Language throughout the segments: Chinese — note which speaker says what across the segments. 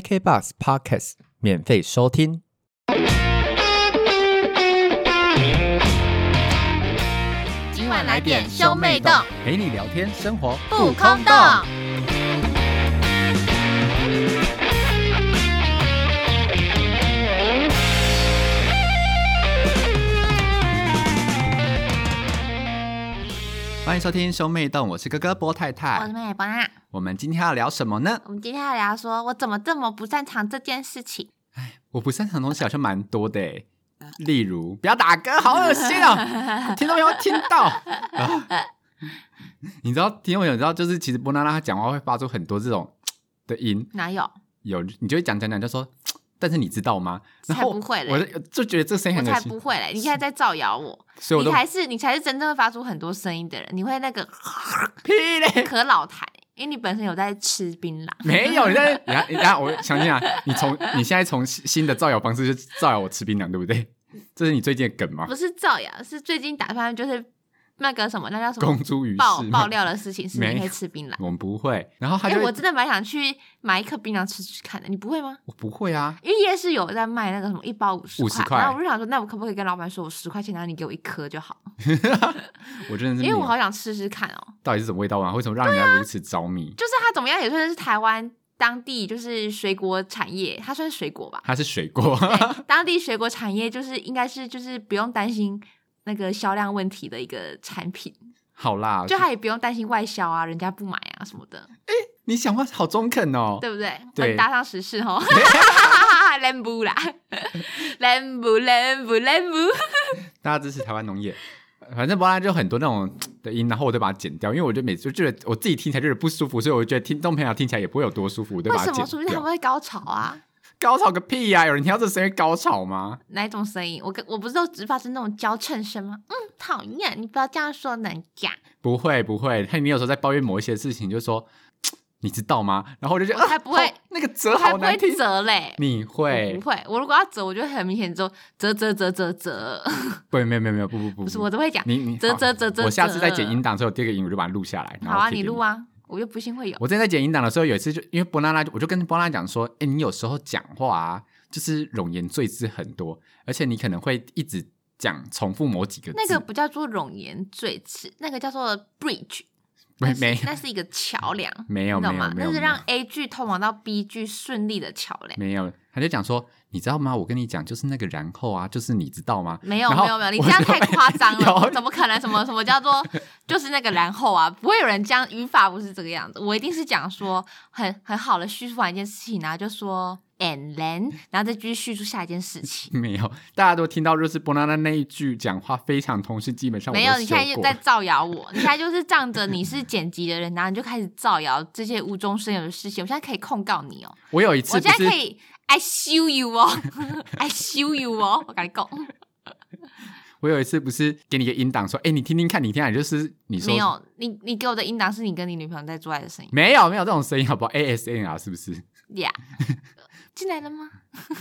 Speaker 1: KKBox Podcast 免费收听。
Speaker 2: 今晚来点兄妹洞，
Speaker 3: 陪你聊天生活。
Speaker 2: 不空洞。
Speaker 3: 欢迎收听兄妹洞，我是哥哥波太
Speaker 2: 我是
Speaker 3: 太。
Speaker 2: 美巴，
Speaker 3: 我们今天要聊什么呢？
Speaker 2: 我们今天要聊说，我怎么这么不擅长这件事情？
Speaker 3: 我不擅长的东西好像蛮多的诶，例如不要打嗝，好恶心 哦！听众朋友听到，啊你知道听众朋友知道，就是其实波娜拉她讲话会发出很多这种的音，
Speaker 2: 哪有？
Speaker 3: 有你就会讲讲讲，就说，但是你知道吗？然后
Speaker 2: 才不会嘞
Speaker 3: 我就就觉得这声音
Speaker 2: 我
Speaker 3: 哎很
Speaker 2: 才
Speaker 3: 恶心
Speaker 2: 不，会嘞！你现在在造谣我，
Speaker 3: 所以我
Speaker 2: 你
Speaker 3: 都
Speaker 2: 才是你才是真正会发出很多声音的人，你会那个
Speaker 3: 屁嘞。
Speaker 2: 可老痰，因为你本身有在吃槟 榔。
Speaker 3: 没有，你在等下等下，我想想，你从你现在从新新的造谣方式就造谣我吃槟榔，对不对？这是你最近的梗吗
Speaker 2: 不？是造谣，是最近打算就是那个什么，那叫什么
Speaker 3: 公？诸于
Speaker 2: 爆
Speaker 3: 世吗
Speaker 2: 爆料的事情是
Speaker 3: 没
Speaker 2: 你
Speaker 3: 有
Speaker 2: 会吃槟榔。
Speaker 3: 我们不会。然后他
Speaker 2: 哎、
Speaker 3: 就会、
Speaker 2: 我真的蛮想去买一颗槟榔吃吃看的，你不会吗？
Speaker 3: 我不会啊，
Speaker 2: 因为夜市有在卖那个什么一包五十
Speaker 3: 50
Speaker 2: 块，
Speaker 3: 块
Speaker 2: 然后我就想说，那我可不可以跟老板说，我十块钱，然后你给我一颗就好？
Speaker 3: 我真的是没
Speaker 2: 因为我
Speaker 3: 有。
Speaker 2: 好想试试看哦。
Speaker 3: 到底是什么味道啊？为什么让人家如此着迷？
Speaker 2: 就是它怎么样也算是台湾当地就是水果产业，它算是水果吧？
Speaker 3: 它是水果，
Speaker 2: 当地水果产业就是应该是就是不用担心那个销量问题的一个产品，
Speaker 3: 好啦，
Speaker 2: 就它也不用担心外销啊，人家不买啊什么的，
Speaker 3: 你想话好中肯哦。
Speaker 2: 对不对？
Speaker 3: 对
Speaker 2: 很搭上时事 哦。兰布啦，兰布兰布兰布，
Speaker 3: 大家支持台湾农业。反正波拉就很多那种的音，然后我都把它剪掉，因为我就每次就觉得我自己听起来就是不舒服，所以我觉得听众朋友听起来也不会有多舒服，我就
Speaker 2: 为
Speaker 3: 把它
Speaker 2: 什么？
Speaker 3: 剪
Speaker 2: 说不定他
Speaker 3: 掉
Speaker 2: 们。会高潮啊？
Speaker 3: 高潮个屁呀、有人听到这声音会高潮吗？
Speaker 2: 哪一种声音？我跟我不是都只发出那种娇嗔声吗？嗯，讨厌，你不要这样说人家。
Speaker 3: 不会不会，他你有时候在抱怨某一些事情，就说嘖你知道吗？然后我就觉得
Speaker 2: 我才
Speaker 3: 啊
Speaker 2: 不会
Speaker 3: 好那个折
Speaker 2: 我还
Speaker 3: 好
Speaker 2: 不
Speaker 3: 难听
Speaker 2: 会，折嘞，
Speaker 3: 你
Speaker 2: 我
Speaker 3: 会
Speaker 2: 不会。我如果要折，我就会很明显之后折折折折折，
Speaker 3: 不没有没有没有不不不
Speaker 2: 不是
Speaker 3: 不
Speaker 2: 我都会讲
Speaker 3: 你嗯你
Speaker 2: 折
Speaker 3: 好
Speaker 2: 折折折。
Speaker 3: 我下次再剪音
Speaker 2: 音。
Speaker 3: 档的时候，第二个音我就把它录下来。然
Speaker 2: 好
Speaker 3: 后
Speaker 2: 啊，
Speaker 3: 贴
Speaker 2: 你
Speaker 3: 给
Speaker 2: 录。啊，我就不信会有。
Speaker 3: 我之前在剪音档的时候，有一次就因为波拉拉，我就跟波拉拉讲说，哎、你有时候讲话啊，就是冗言赘字很多，而且你可能会一直讲重复某几个字。
Speaker 2: 那个不叫做冗言赘词，那个叫做 bridge，
Speaker 3: 没
Speaker 2: 那
Speaker 3: 没
Speaker 2: 是那是一个桥梁，
Speaker 3: 没有
Speaker 2: 你懂
Speaker 3: 没有
Speaker 2: 吗？
Speaker 3: 没有
Speaker 2: 那是
Speaker 3: 没有
Speaker 2: 让 A 句通往到 B 句顺利的桥梁。
Speaker 3: 没有，他就讲说，你知道吗？我跟你讲，就是那个然后啊，就是你知道吗？
Speaker 2: 没有
Speaker 3: 然后
Speaker 2: 没有没有，你
Speaker 3: 我
Speaker 2: 这样
Speaker 3: 就
Speaker 2: 太夸张 了，
Speaker 3: 有
Speaker 2: 怎么可能？什么什么叫做就是那个然后啊？不会有人这样，语法不是这个样子。我一定是讲说很很好的叙述完一件事情，然后就说 and then，然后再继续叙述下一件事 情。
Speaker 3: 没有，大家都听到就是波娜娜那一句讲话非常通是基本上我
Speaker 2: 没
Speaker 3: 都
Speaker 2: 有，你现在
Speaker 3: 修
Speaker 2: 就
Speaker 3: 过
Speaker 2: 在造谣我，你现在就是仗着你是剪辑的人，然后你就开始造谣这些无中生有的事情。我现在可以控告你哦，
Speaker 3: 我有一
Speaker 2: 我
Speaker 3: 次不
Speaker 2: 现在
Speaker 3: 是
Speaker 2: 可以 I sue you 哦，I sue you 哦，我跟你讲，
Speaker 3: 我有一次不是给你一个音档说，哎，你听听看，你听看，就是你说
Speaker 2: 没有，你你给我的音档是你跟你女朋友在做爱的声音。
Speaker 3: 没有没有这种声音好不好？ASMR 啊是不 是？
Speaker 2: 呀、进来了吗？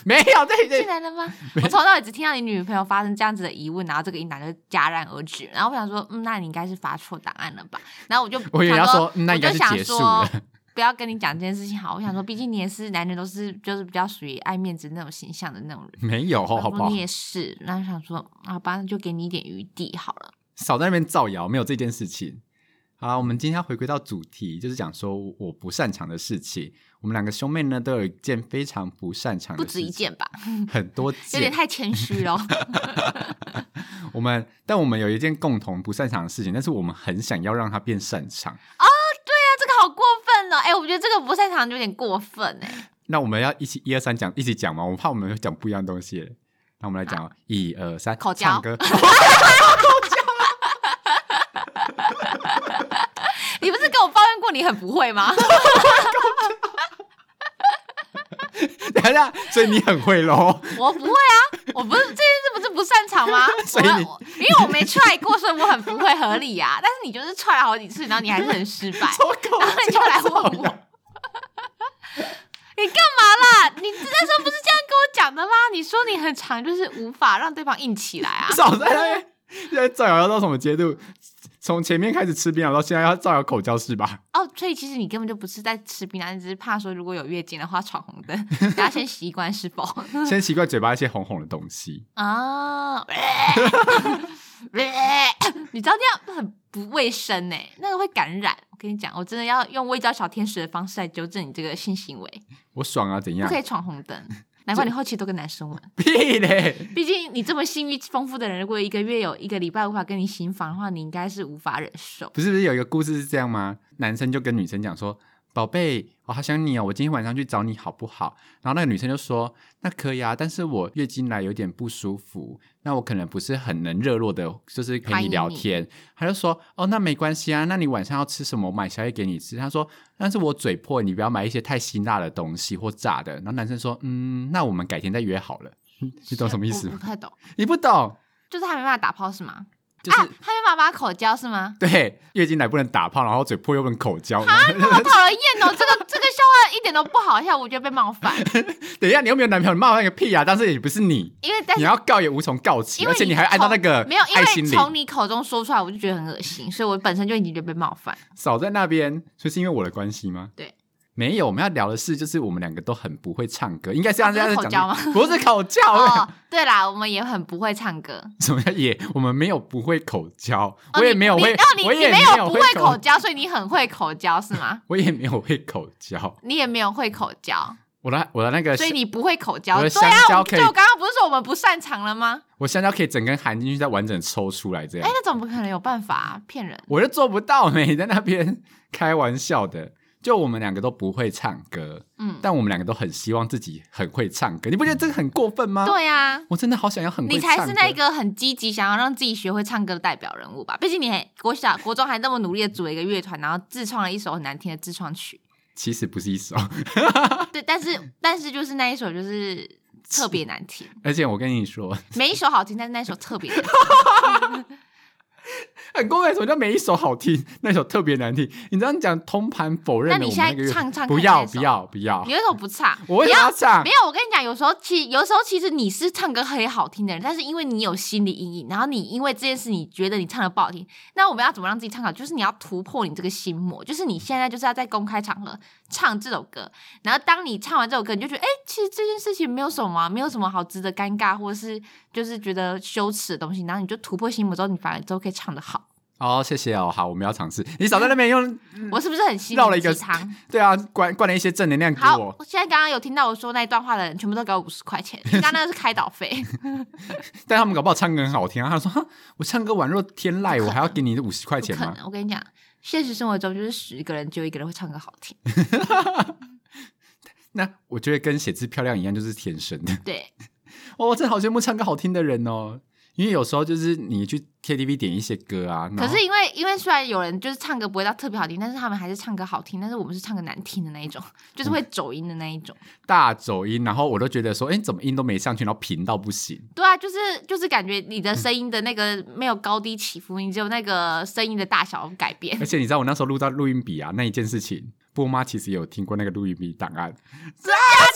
Speaker 3: 没有，对
Speaker 2: 进
Speaker 3: 对，
Speaker 2: 来了 吗？我从头到尾只听到你女朋友发生这样子的疑问，然后这个音档就戛然而止。然后我想 说，嗯，那你应该是发错档案了吧？然后我就
Speaker 3: 我以为
Speaker 2: 想
Speaker 3: 要
Speaker 2: 说
Speaker 3: 说，嗯那应该是
Speaker 2: 我就
Speaker 3: 结
Speaker 2: 想
Speaker 3: 束
Speaker 2: 说
Speaker 3: 了，
Speaker 2: 不要跟你讲这件事情好。我想说，毕竟你也是男人，都是就是比较属于爱面子那种形象的那种人。
Speaker 3: 没有，
Speaker 2: 然
Speaker 3: 好
Speaker 2: 后
Speaker 3: 不好
Speaker 2: 你？也是，然后想说，好吧，那就给你一点余地好了。
Speaker 3: 少在那边造谣，没有这件事情。好啦，我们今天要回归到主题，就是讲说我不擅长的事情。我们两个兄妹呢，都有一件非常不擅长
Speaker 2: 不
Speaker 3: 的
Speaker 2: 止一
Speaker 3: 事情，
Speaker 2: 件吧，
Speaker 3: 很多
Speaker 2: 有点
Speaker 3: 件。
Speaker 2: 太谦虚 了。哎
Speaker 3: 我们，但我们有一件共同不擅长的事情，但是我们很想要让它变擅长。
Speaker 2: 这个好过分哦！哎、我觉得这个不擅长有点过分哎、
Speaker 3: 那我们要一起一二三讲，一起讲吗？我怕我们会讲不一样的东西。那我们来讲哦，一二三，
Speaker 2: 口交
Speaker 3: 唱歌。
Speaker 2: 你不是跟我抱怨过你很不会吗？
Speaker 3: 等一下，所以你很会 喽。
Speaker 2: 我不会啊，我不是这件事不是不擅长吗？
Speaker 3: 所以你
Speaker 2: 我因为我没 try 过，所以我很不会合理啊。 但是你就是 try 了好几次，然后你还是很失 败，
Speaker 3: 说口
Speaker 2: 然后你就来问我，
Speaker 3: 交
Speaker 2: 你
Speaker 3: 造
Speaker 2: 干
Speaker 3: 谣
Speaker 2: 嘛啦？你那时候不是这样跟我讲的吗？你说你 很长，就是无法让对方硬起来啊。
Speaker 3: 少在那边，现在造谣到什么阶度？从前面开始吃槟榔到现在要照有口交是 吧？
Speaker 2: 哦，所以其实你根本就不是在吃槟榔，你只是怕说如果有月经的话闯红 灯，大家先习惯是否
Speaker 3: 先习惯嘴巴一些红红的东西，哦
Speaker 2: 啊？ 你知道这样很不卫生呢、欸那个会感染。我跟你讲，我真的要用微教小天使的方式来纠正你这个性行为，
Speaker 3: 我爽啊，怎
Speaker 2: 不
Speaker 3: 样
Speaker 2: 可？以闯红 灯。难怪你后期都跟男生玩，
Speaker 3: 屁嘞！
Speaker 2: 毕竟你这么性欲丰富的人，如果一个月有一个礼拜无法跟你行房的话，你应该是无法忍受。
Speaker 3: 不是不是有一个故事是这样吗？男生就跟女生讲说：“宝贝，我好想你哦，我今天晚上去找你好不好？”然后那个女生就说：“那可以啊，但是我月经来有点不舒服，那我可能不是很能热络的，就是陪
Speaker 2: 欢
Speaker 3: 你
Speaker 2: 迎
Speaker 3: 聊
Speaker 2: 你
Speaker 3: 天。”他就说：“哦，那没关系啊，那你晚上要吃什么？我买宵夜给你吃。”他说：“但是我嘴破，你不要买一些太辛辣的东西或炸的。”然后男生说：“嗯，那我们改天再约好了。” 你懂什么意思
Speaker 2: 我
Speaker 3: 吗
Speaker 2: 不？太懂，
Speaker 3: 你不懂，
Speaker 2: 就是他没办法打炮是吗？
Speaker 3: 就是、
Speaker 2: 啊，他没办法把口交是吗？
Speaker 3: 对月经来不能打炮，然后嘴破又不能口交。
Speaker 2: 好讨厌哦！这个这个笑话一点都不好笑，我觉得被冒犯，
Speaker 3: 等一下，你又没有男朋友，你冒犯个屁啊！但是也不是你，
Speaker 2: 因为但
Speaker 3: 你
Speaker 2: 是
Speaker 3: 要告也无从告起，
Speaker 2: 因为
Speaker 3: 而且你还按照那个
Speaker 2: 没有，因
Speaker 3: 爱心
Speaker 2: 为
Speaker 3: 里
Speaker 2: 从你口中说出来，我就觉得很恶心，所以我本身就已经觉得被冒 犯。
Speaker 3: 少在那边，所以是因为我的关系吗？
Speaker 2: 对。
Speaker 3: 没有，我们要聊的是，就是我们两个都很不会唱歌，应该是要这样
Speaker 2: 不是
Speaker 3: 在
Speaker 2: 口
Speaker 3: 讲
Speaker 2: 交吗
Speaker 3: 的，不是口交，
Speaker 2: 哦，对啦，我们也很不会唱歌，
Speaker 3: 什么叫也？我们没有不会口交，
Speaker 2: 哦
Speaker 3: 我也
Speaker 2: 你
Speaker 3: 没有
Speaker 2: 你
Speaker 3: 会，
Speaker 2: 哦，你
Speaker 3: 我
Speaker 2: 你
Speaker 3: 也
Speaker 2: 没
Speaker 3: 有
Speaker 2: 不会口
Speaker 3: 口，
Speaker 2: 交，所以你很会口交是吗？
Speaker 3: 我也没有会口交。
Speaker 2: 你也没有会口交，
Speaker 3: 我的我的那个，
Speaker 2: 所以你不会口交。
Speaker 3: 呃我的
Speaker 2: 对
Speaker 3: 香
Speaker 2: 啊，
Speaker 3: 蕉
Speaker 2: 我
Speaker 3: 可以
Speaker 2: 对我刚刚不是说我们不擅长了吗？
Speaker 3: 我香蕉可以整根含进去，再完整抽出来这样
Speaker 2: 哎，。那怎么可能有办法啊骗人？
Speaker 3: 我就做不到没，在那边开玩笑的。就我们两个都不会唱歌，
Speaker 2: 嗯，
Speaker 3: 但我们两个都很希望自己很会唱歌。你不觉得这个很过分吗？，
Speaker 2: 对呀。
Speaker 3: 我真的好想要很啊会
Speaker 2: 你
Speaker 3: 唱歌。
Speaker 2: 才是那个很积极想要让自己学会唱歌的代表人物吧？毕竟你还国小、国中还那么努力的组了一个乐团，然后自创了一首很难听的自创曲。
Speaker 3: 其实不是一首，
Speaker 2: 对，但
Speaker 3: 嗯
Speaker 2: 是但是就是那一首就是特别难听，
Speaker 3: 而且我跟你说，
Speaker 2: 每一首好听，但是那一首特 别难听。
Speaker 3: 很过分。什么叫每一首好听， 那首特别难听？你这样讲，通盘否认
Speaker 2: 那
Speaker 3: 了
Speaker 2: 你
Speaker 3: 我们
Speaker 2: 现在
Speaker 3: 那个乐
Speaker 2: 唱唱看
Speaker 3: 不要
Speaker 2: 那首
Speaker 3: 不要不要
Speaker 2: 你，为什么不唱？
Speaker 3: 我为
Speaker 2: 你
Speaker 3: 什么要
Speaker 2: 要
Speaker 3: 唱
Speaker 2: 没？有，我跟你讲，有时候其有时候其实你是唱歌很好听的人，但是因为你有心理阴影，然后你因为这件事你觉得你唱的不好听，那我们要怎么让自己唱好？就是你要突破你这个心魔，就是你现在就是要在公开场合唱这首歌，然后当你唱完这首歌，你就觉得哎、诶其实这件事情没有什么啊、没有什么好值得尴尬或者是就是觉得羞耻的东西，然后你就突破心魔之后，你反而都可以唱得好。
Speaker 3: 哦，谢谢哦，好，我们要尝试。你少在那边用，
Speaker 2: 我是不是很心
Speaker 3: 嗯绕了
Speaker 2: 灵
Speaker 3: 一个
Speaker 2: 鸡汤？
Speaker 3: 对啊，灌灌了一些正能量给
Speaker 2: 好
Speaker 3: 我，。
Speaker 2: 现在刚刚有听到我说那一段话的人，全部都给我五十 块钱，因为刚刚那个是开导费。
Speaker 3: 但他们搞不好唱歌很好听啊。他说：“哈我唱歌宛若天籁，我还要给你五十块钱
Speaker 2: 不可
Speaker 3: 吗
Speaker 2: 能！我跟你讲，现实生活中就是十个人就有一个人会唱歌好 听。？”
Speaker 3: 那我觉得跟写字漂亮一样，就是天生的。
Speaker 2: 对，
Speaker 3: 哦，真的好羡慕唱歌好听的人哦。因为有时候就是你去 KTV 点一些歌啊，
Speaker 2: 可
Speaker 3: 然后
Speaker 2: 是因为因为虽然有人就是唱歌不会到特别好听，但是他们还是唱歌好听，但是我们是唱歌难听的那一种，
Speaker 3: 嗯
Speaker 2: 就是会走音的那一种。
Speaker 3: 大走音，然后我都觉得说，哎，怎么音都没上去，然后平到不行。
Speaker 2: 对啊，就是就是感觉你的声音的那个没有高低起伏，你只有那个声音的大小改变
Speaker 3: 而。且你知道我那时候录到录音笔啊那一件事情，波妈其实有听过那个录音笔档案，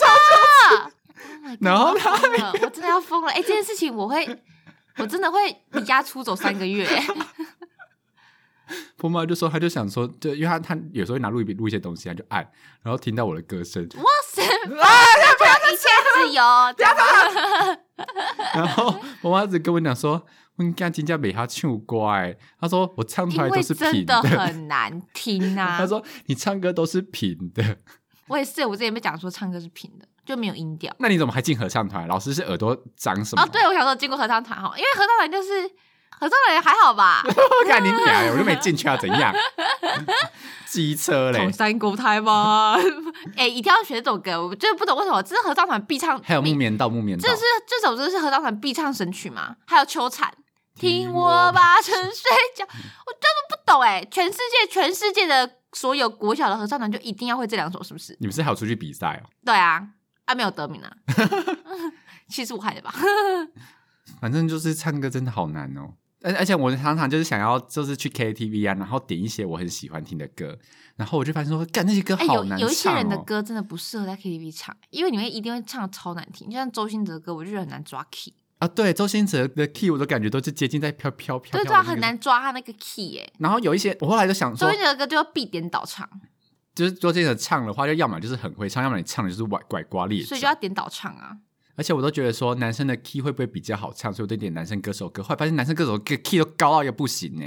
Speaker 2: ？Oh
Speaker 3: 然后
Speaker 2: 他了，我真的要疯了！哎、这件事情我会，我真的会离家出走三个月、
Speaker 3: 波妈就说，她就想说，就因为她她有时候会拿录音笔录一些东西，她就按，然后听到我的歌声，
Speaker 2: 哇塞！
Speaker 3: 啊
Speaker 2: 一切自由， 这样
Speaker 3: 然后我妈一直跟我讲说，我跟金家美她唱歌哎，她说我唱出来
Speaker 2: 因
Speaker 3: 都
Speaker 2: 为
Speaker 3: 是平
Speaker 2: 真的很难 听啊。
Speaker 3: 她说你唱歌都是平的，
Speaker 2: 我也是，我之前被讲说唱歌是平的，就没有音调。
Speaker 3: 那你怎么还进合唱团？老师是耳朵长什么？
Speaker 2: 哦，对，我小时候经过合唱团哦哈，因为合唱团就是合唱团还好吧，
Speaker 3: 我看你俩，我都没进去啊，怎样？ 机车嘞
Speaker 2: 同，山国胎吗？ 哎、一定要学这首歌，我就是不懂为什么，这是合唱团必唱，
Speaker 3: 还有木
Speaker 2: 必
Speaker 3: 棉道，木棉道
Speaker 2: 这，是这首真的是合唱团必唱神曲吗？还有秋蝉。听我把沉睡觉，我真的不懂哎、全世界全世界的所有国小的合唱团就一定要会这两首，是不是？
Speaker 3: 你们是还有出去比赛哦？
Speaker 2: 对啊，啊没有得名啊， 其实 我害的吧？
Speaker 3: 反正就是唱歌真的好难哦。而而且我常常就是想要就是去 KTV 啊，然后点一些我很喜欢听的歌，然后我就发现说，干那些歌
Speaker 2: 哎、
Speaker 3: 好
Speaker 2: 有
Speaker 3: 难唱哦。
Speaker 2: 有一些人的歌真的不适合在 KTV 唱，因为你会一定会唱得超难听，就像周兴哲的歌，我就觉得很难抓 key。
Speaker 3: 啊，对，周星驰的 key 我都感觉都是接近在飘飘飘，
Speaker 2: 对
Speaker 3: 飘
Speaker 2: 对啊，
Speaker 3: 的那
Speaker 2: 很
Speaker 3: 个。
Speaker 2: 难抓他那个 key 哎、
Speaker 3: 然后有一些，我后来就想
Speaker 2: 周
Speaker 3: 说
Speaker 2: 星，驰的歌就必点倒唱，
Speaker 3: 就是周星驰唱的话，就要么就是很会唱，要么你唱的就是拐拐瓜裂
Speaker 2: 所以
Speaker 3: 枣
Speaker 2: 就要点倒唱啊。
Speaker 3: 而且我都觉得说男生的 key 会不会比较好唱，所以我都点男生歌手歌。后来发现男生歌手歌 key 都高到一个不行呢、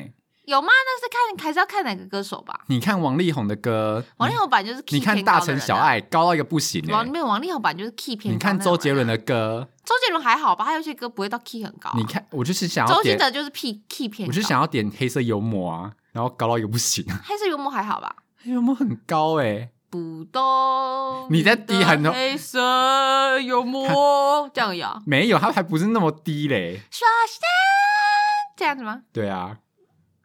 Speaker 2: 有吗？那是看还是要看哪个歌手吧。
Speaker 3: 你看王力宏的歌，
Speaker 2: 王力宏版就是 key
Speaker 3: 你看
Speaker 2: 偏
Speaker 3: 大
Speaker 2: 高的
Speaker 3: 城
Speaker 2: 人啊
Speaker 3: 小，爱高到一个不行呢、
Speaker 2: 王没有王力宏版就是 key 偏高。啊
Speaker 3: 你看周杰伦，的歌，
Speaker 2: 周杰伦还好吧？他有些歌不会到 key 很高、啊。
Speaker 3: 你看我就是想要
Speaker 2: 周星
Speaker 3: 点，
Speaker 2: 哲就是 key key 偏
Speaker 3: 我
Speaker 2: 高，
Speaker 3: 就想要点黑色幽默啊，然后高到一个不行，啊
Speaker 2: 黑色幽默还好吧？
Speaker 3: 黑色幽默很高哎、
Speaker 2: 不懂
Speaker 3: 你在低喊
Speaker 2: 的
Speaker 3: 哦
Speaker 2: 黑色幽默这样呀？
Speaker 3: 没有，他还不是那么低嘞。
Speaker 2: 刷下这样子吗？
Speaker 3: 对啊，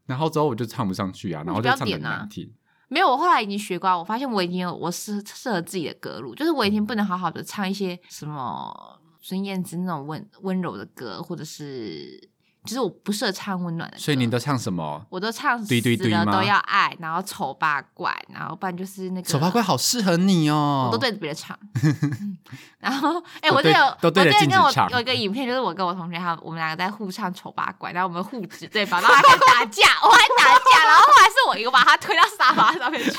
Speaker 3: 然后之后我就唱不上去啊，然后就唱的难听。
Speaker 2: 没有，我后来已经学乖，我发现我已经有我适适合自己的歌路，就是我已经不能好好的唱一些什么孙燕姿那种温温柔的歌，或者是就是我不适合唱温暖的歌。
Speaker 3: 所以你都唱什么？
Speaker 2: 我都唱死
Speaker 3: 对对对
Speaker 2: 了
Speaker 3: 吗
Speaker 2: 都要爱，然后丑八怪，然后不然就是那个
Speaker 3: 丑八怪，好适合你哦。
Speaker 2: 我都对着别人唱。嗯然后，哎、
Speaker 3: 都
Speaker 2: 我之前
Speaker 3: 对
Speaker 2: 有
Speaker 3: 都对着
Speaker 2: 我之前
Speaker 3: 镜子
Speaker 2: 跟我
Speaker 3: 唱
Speaker 2: 有一个影片，就是我跟我同学他们我们两个在互唱丑八怪，然后我们互指对方，然后还打架，我还打架，然后后来是我一个把他推到沙发上面去。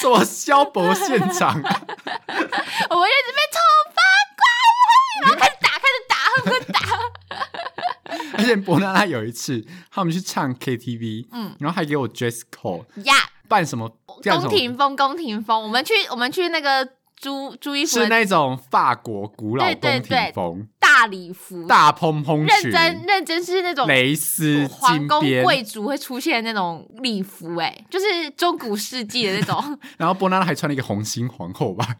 Speaker 3: 什么萧伯现 场？
Speaker 2: 我们就一直被丑八怪，然后开始打，开始打，恨不得打。
Speaker 3: 而且伯娜拉有一次，他们去唱 KTV，
Speaker 2: 嗯
Speaker 3: 然后还给我 dress code，
Speaker 2: 呀，
Speaker 3: 扮什么？扮什
Speaker 2: 宫
Speaker 3: 么
Speaker 2: 廷风，宫廷风，我们去，我们去那个租租衣服
Speaker 3: 是
Speaker 2: 的
Speaker 3: 那种法国古老
Speaker 2: 对对
Speaker 3: 宫
Speaker 2: 对
Speaker 3: 廷风，
Speaker 2: 大礼服，
Speaker 3: 大蓬蓬
Speaker 2: 认
Speaker 3: 裙，
Speaker 2: 真认真是那种
Speaker 3: 蕾丝、
Speaker 2: 皇
Speaker 3: 金
Speaker 2: 宫
Speaker 3: 边。
Speaker 2: 贵族会出现的那种礼服、哎，就是中古世纪的那种
Speaker 3: 然后伯娜拉还穿了一个红心皇后吧？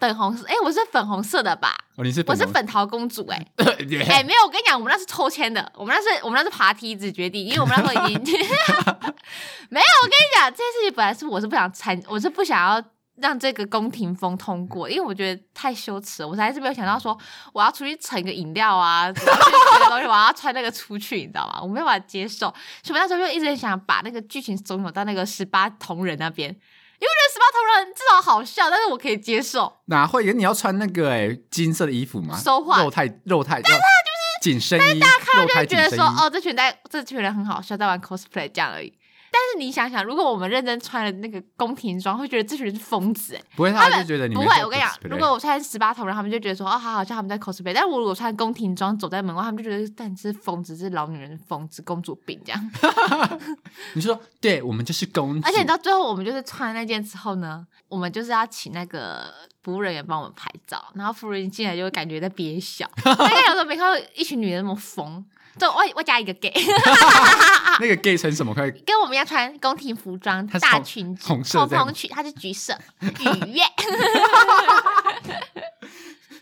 Speaker 2: 粉红色，哎、我是粉红色的吧？
Speaker 3: 哦，你是
Speaker 2: 我
Speaker 3: 粉
Speaker 2: 是
Speaker 3: 红？
Speaker 2: 粉桃公主、 哎。
Speaker 3: 耶
Speaker 2: 哎、没有，我跟你讲，我们那是抽签的，我们那是我们那是爬梯子决定，因为我们那时候已经 没有。我跟你讲，这件事情本来是我是不想参，我是不想要让这个宫廷风通过，因为我觉得太羞耻了。我还是没有想到说我要出去盛个饮料啊，我要出去盛个东西，我要穿那个出去，你知道吗？我没有办法接受，所以我那时候就一直很想把那个剧情怂恿到那个十八铜人那边，因为我觉得十八铜人至少好笑，但是我可以接受。
Speaker 3: 哪会？你要穿那个哎、金色的衣服吗？
Speaker 2: So what？
Speaker 3: 肉太肉太，但他就是紧身衣，肉
Speaker 2: 就
Speaker 3: 太
Speaker 2: 是
Speaker 3: 紧
Speaker 2: 觉得
Speaker 3: 身
Speaker 2: 说，
Speaker 3: 衣。
Speaker 2: 哦，这群在这群人很好笑，在玩 cosplay 这样而已。但是你想想，如果我们认真穿了那个宫廷装，会觉得这群人是疯子哎。
Speaker 3: 不会，
Speaker 2: 他
Speaker 3: 他
Speaker 2: 们
Speaker 3: 就觉得你
Speaker 2: 不
Speaker 3: 没
Speaker 2: 会，
Speaker 3: 做
Speaker 2: 我跟你讲，
Speaker 3: cosplay
Speaker 2: 如果我穿十八铜人，他们就觉得说，哦，好好笑，他们在 cosplay。但是我如果穿宫廷装走在门外，他们就觉得，但你是疯子，是老女人疯子，公主病这 样。
Speaker 3: 你说，对我们就是公主，
Speaker 2: 而且你知道，最后我们就是穿那件之后呢，我们就是要请那个服务人员帮我们拍照，然后服务人员进来就会感觉在憋笑， 大概有时候没看到一群女人那么疯。就我我加一个 gay，
Speaker 3: 那个 gay 成什么快？
Speaker 2: 跟我们一样穿宫廷服装、
Speaker 3: 他是
Speaker 2: 大
Speaker 3: 红
Speaker 2: 裙子、
Speaker 3: 红色这样
Speaker 2: 蓬裙，它是橘色，愉悦。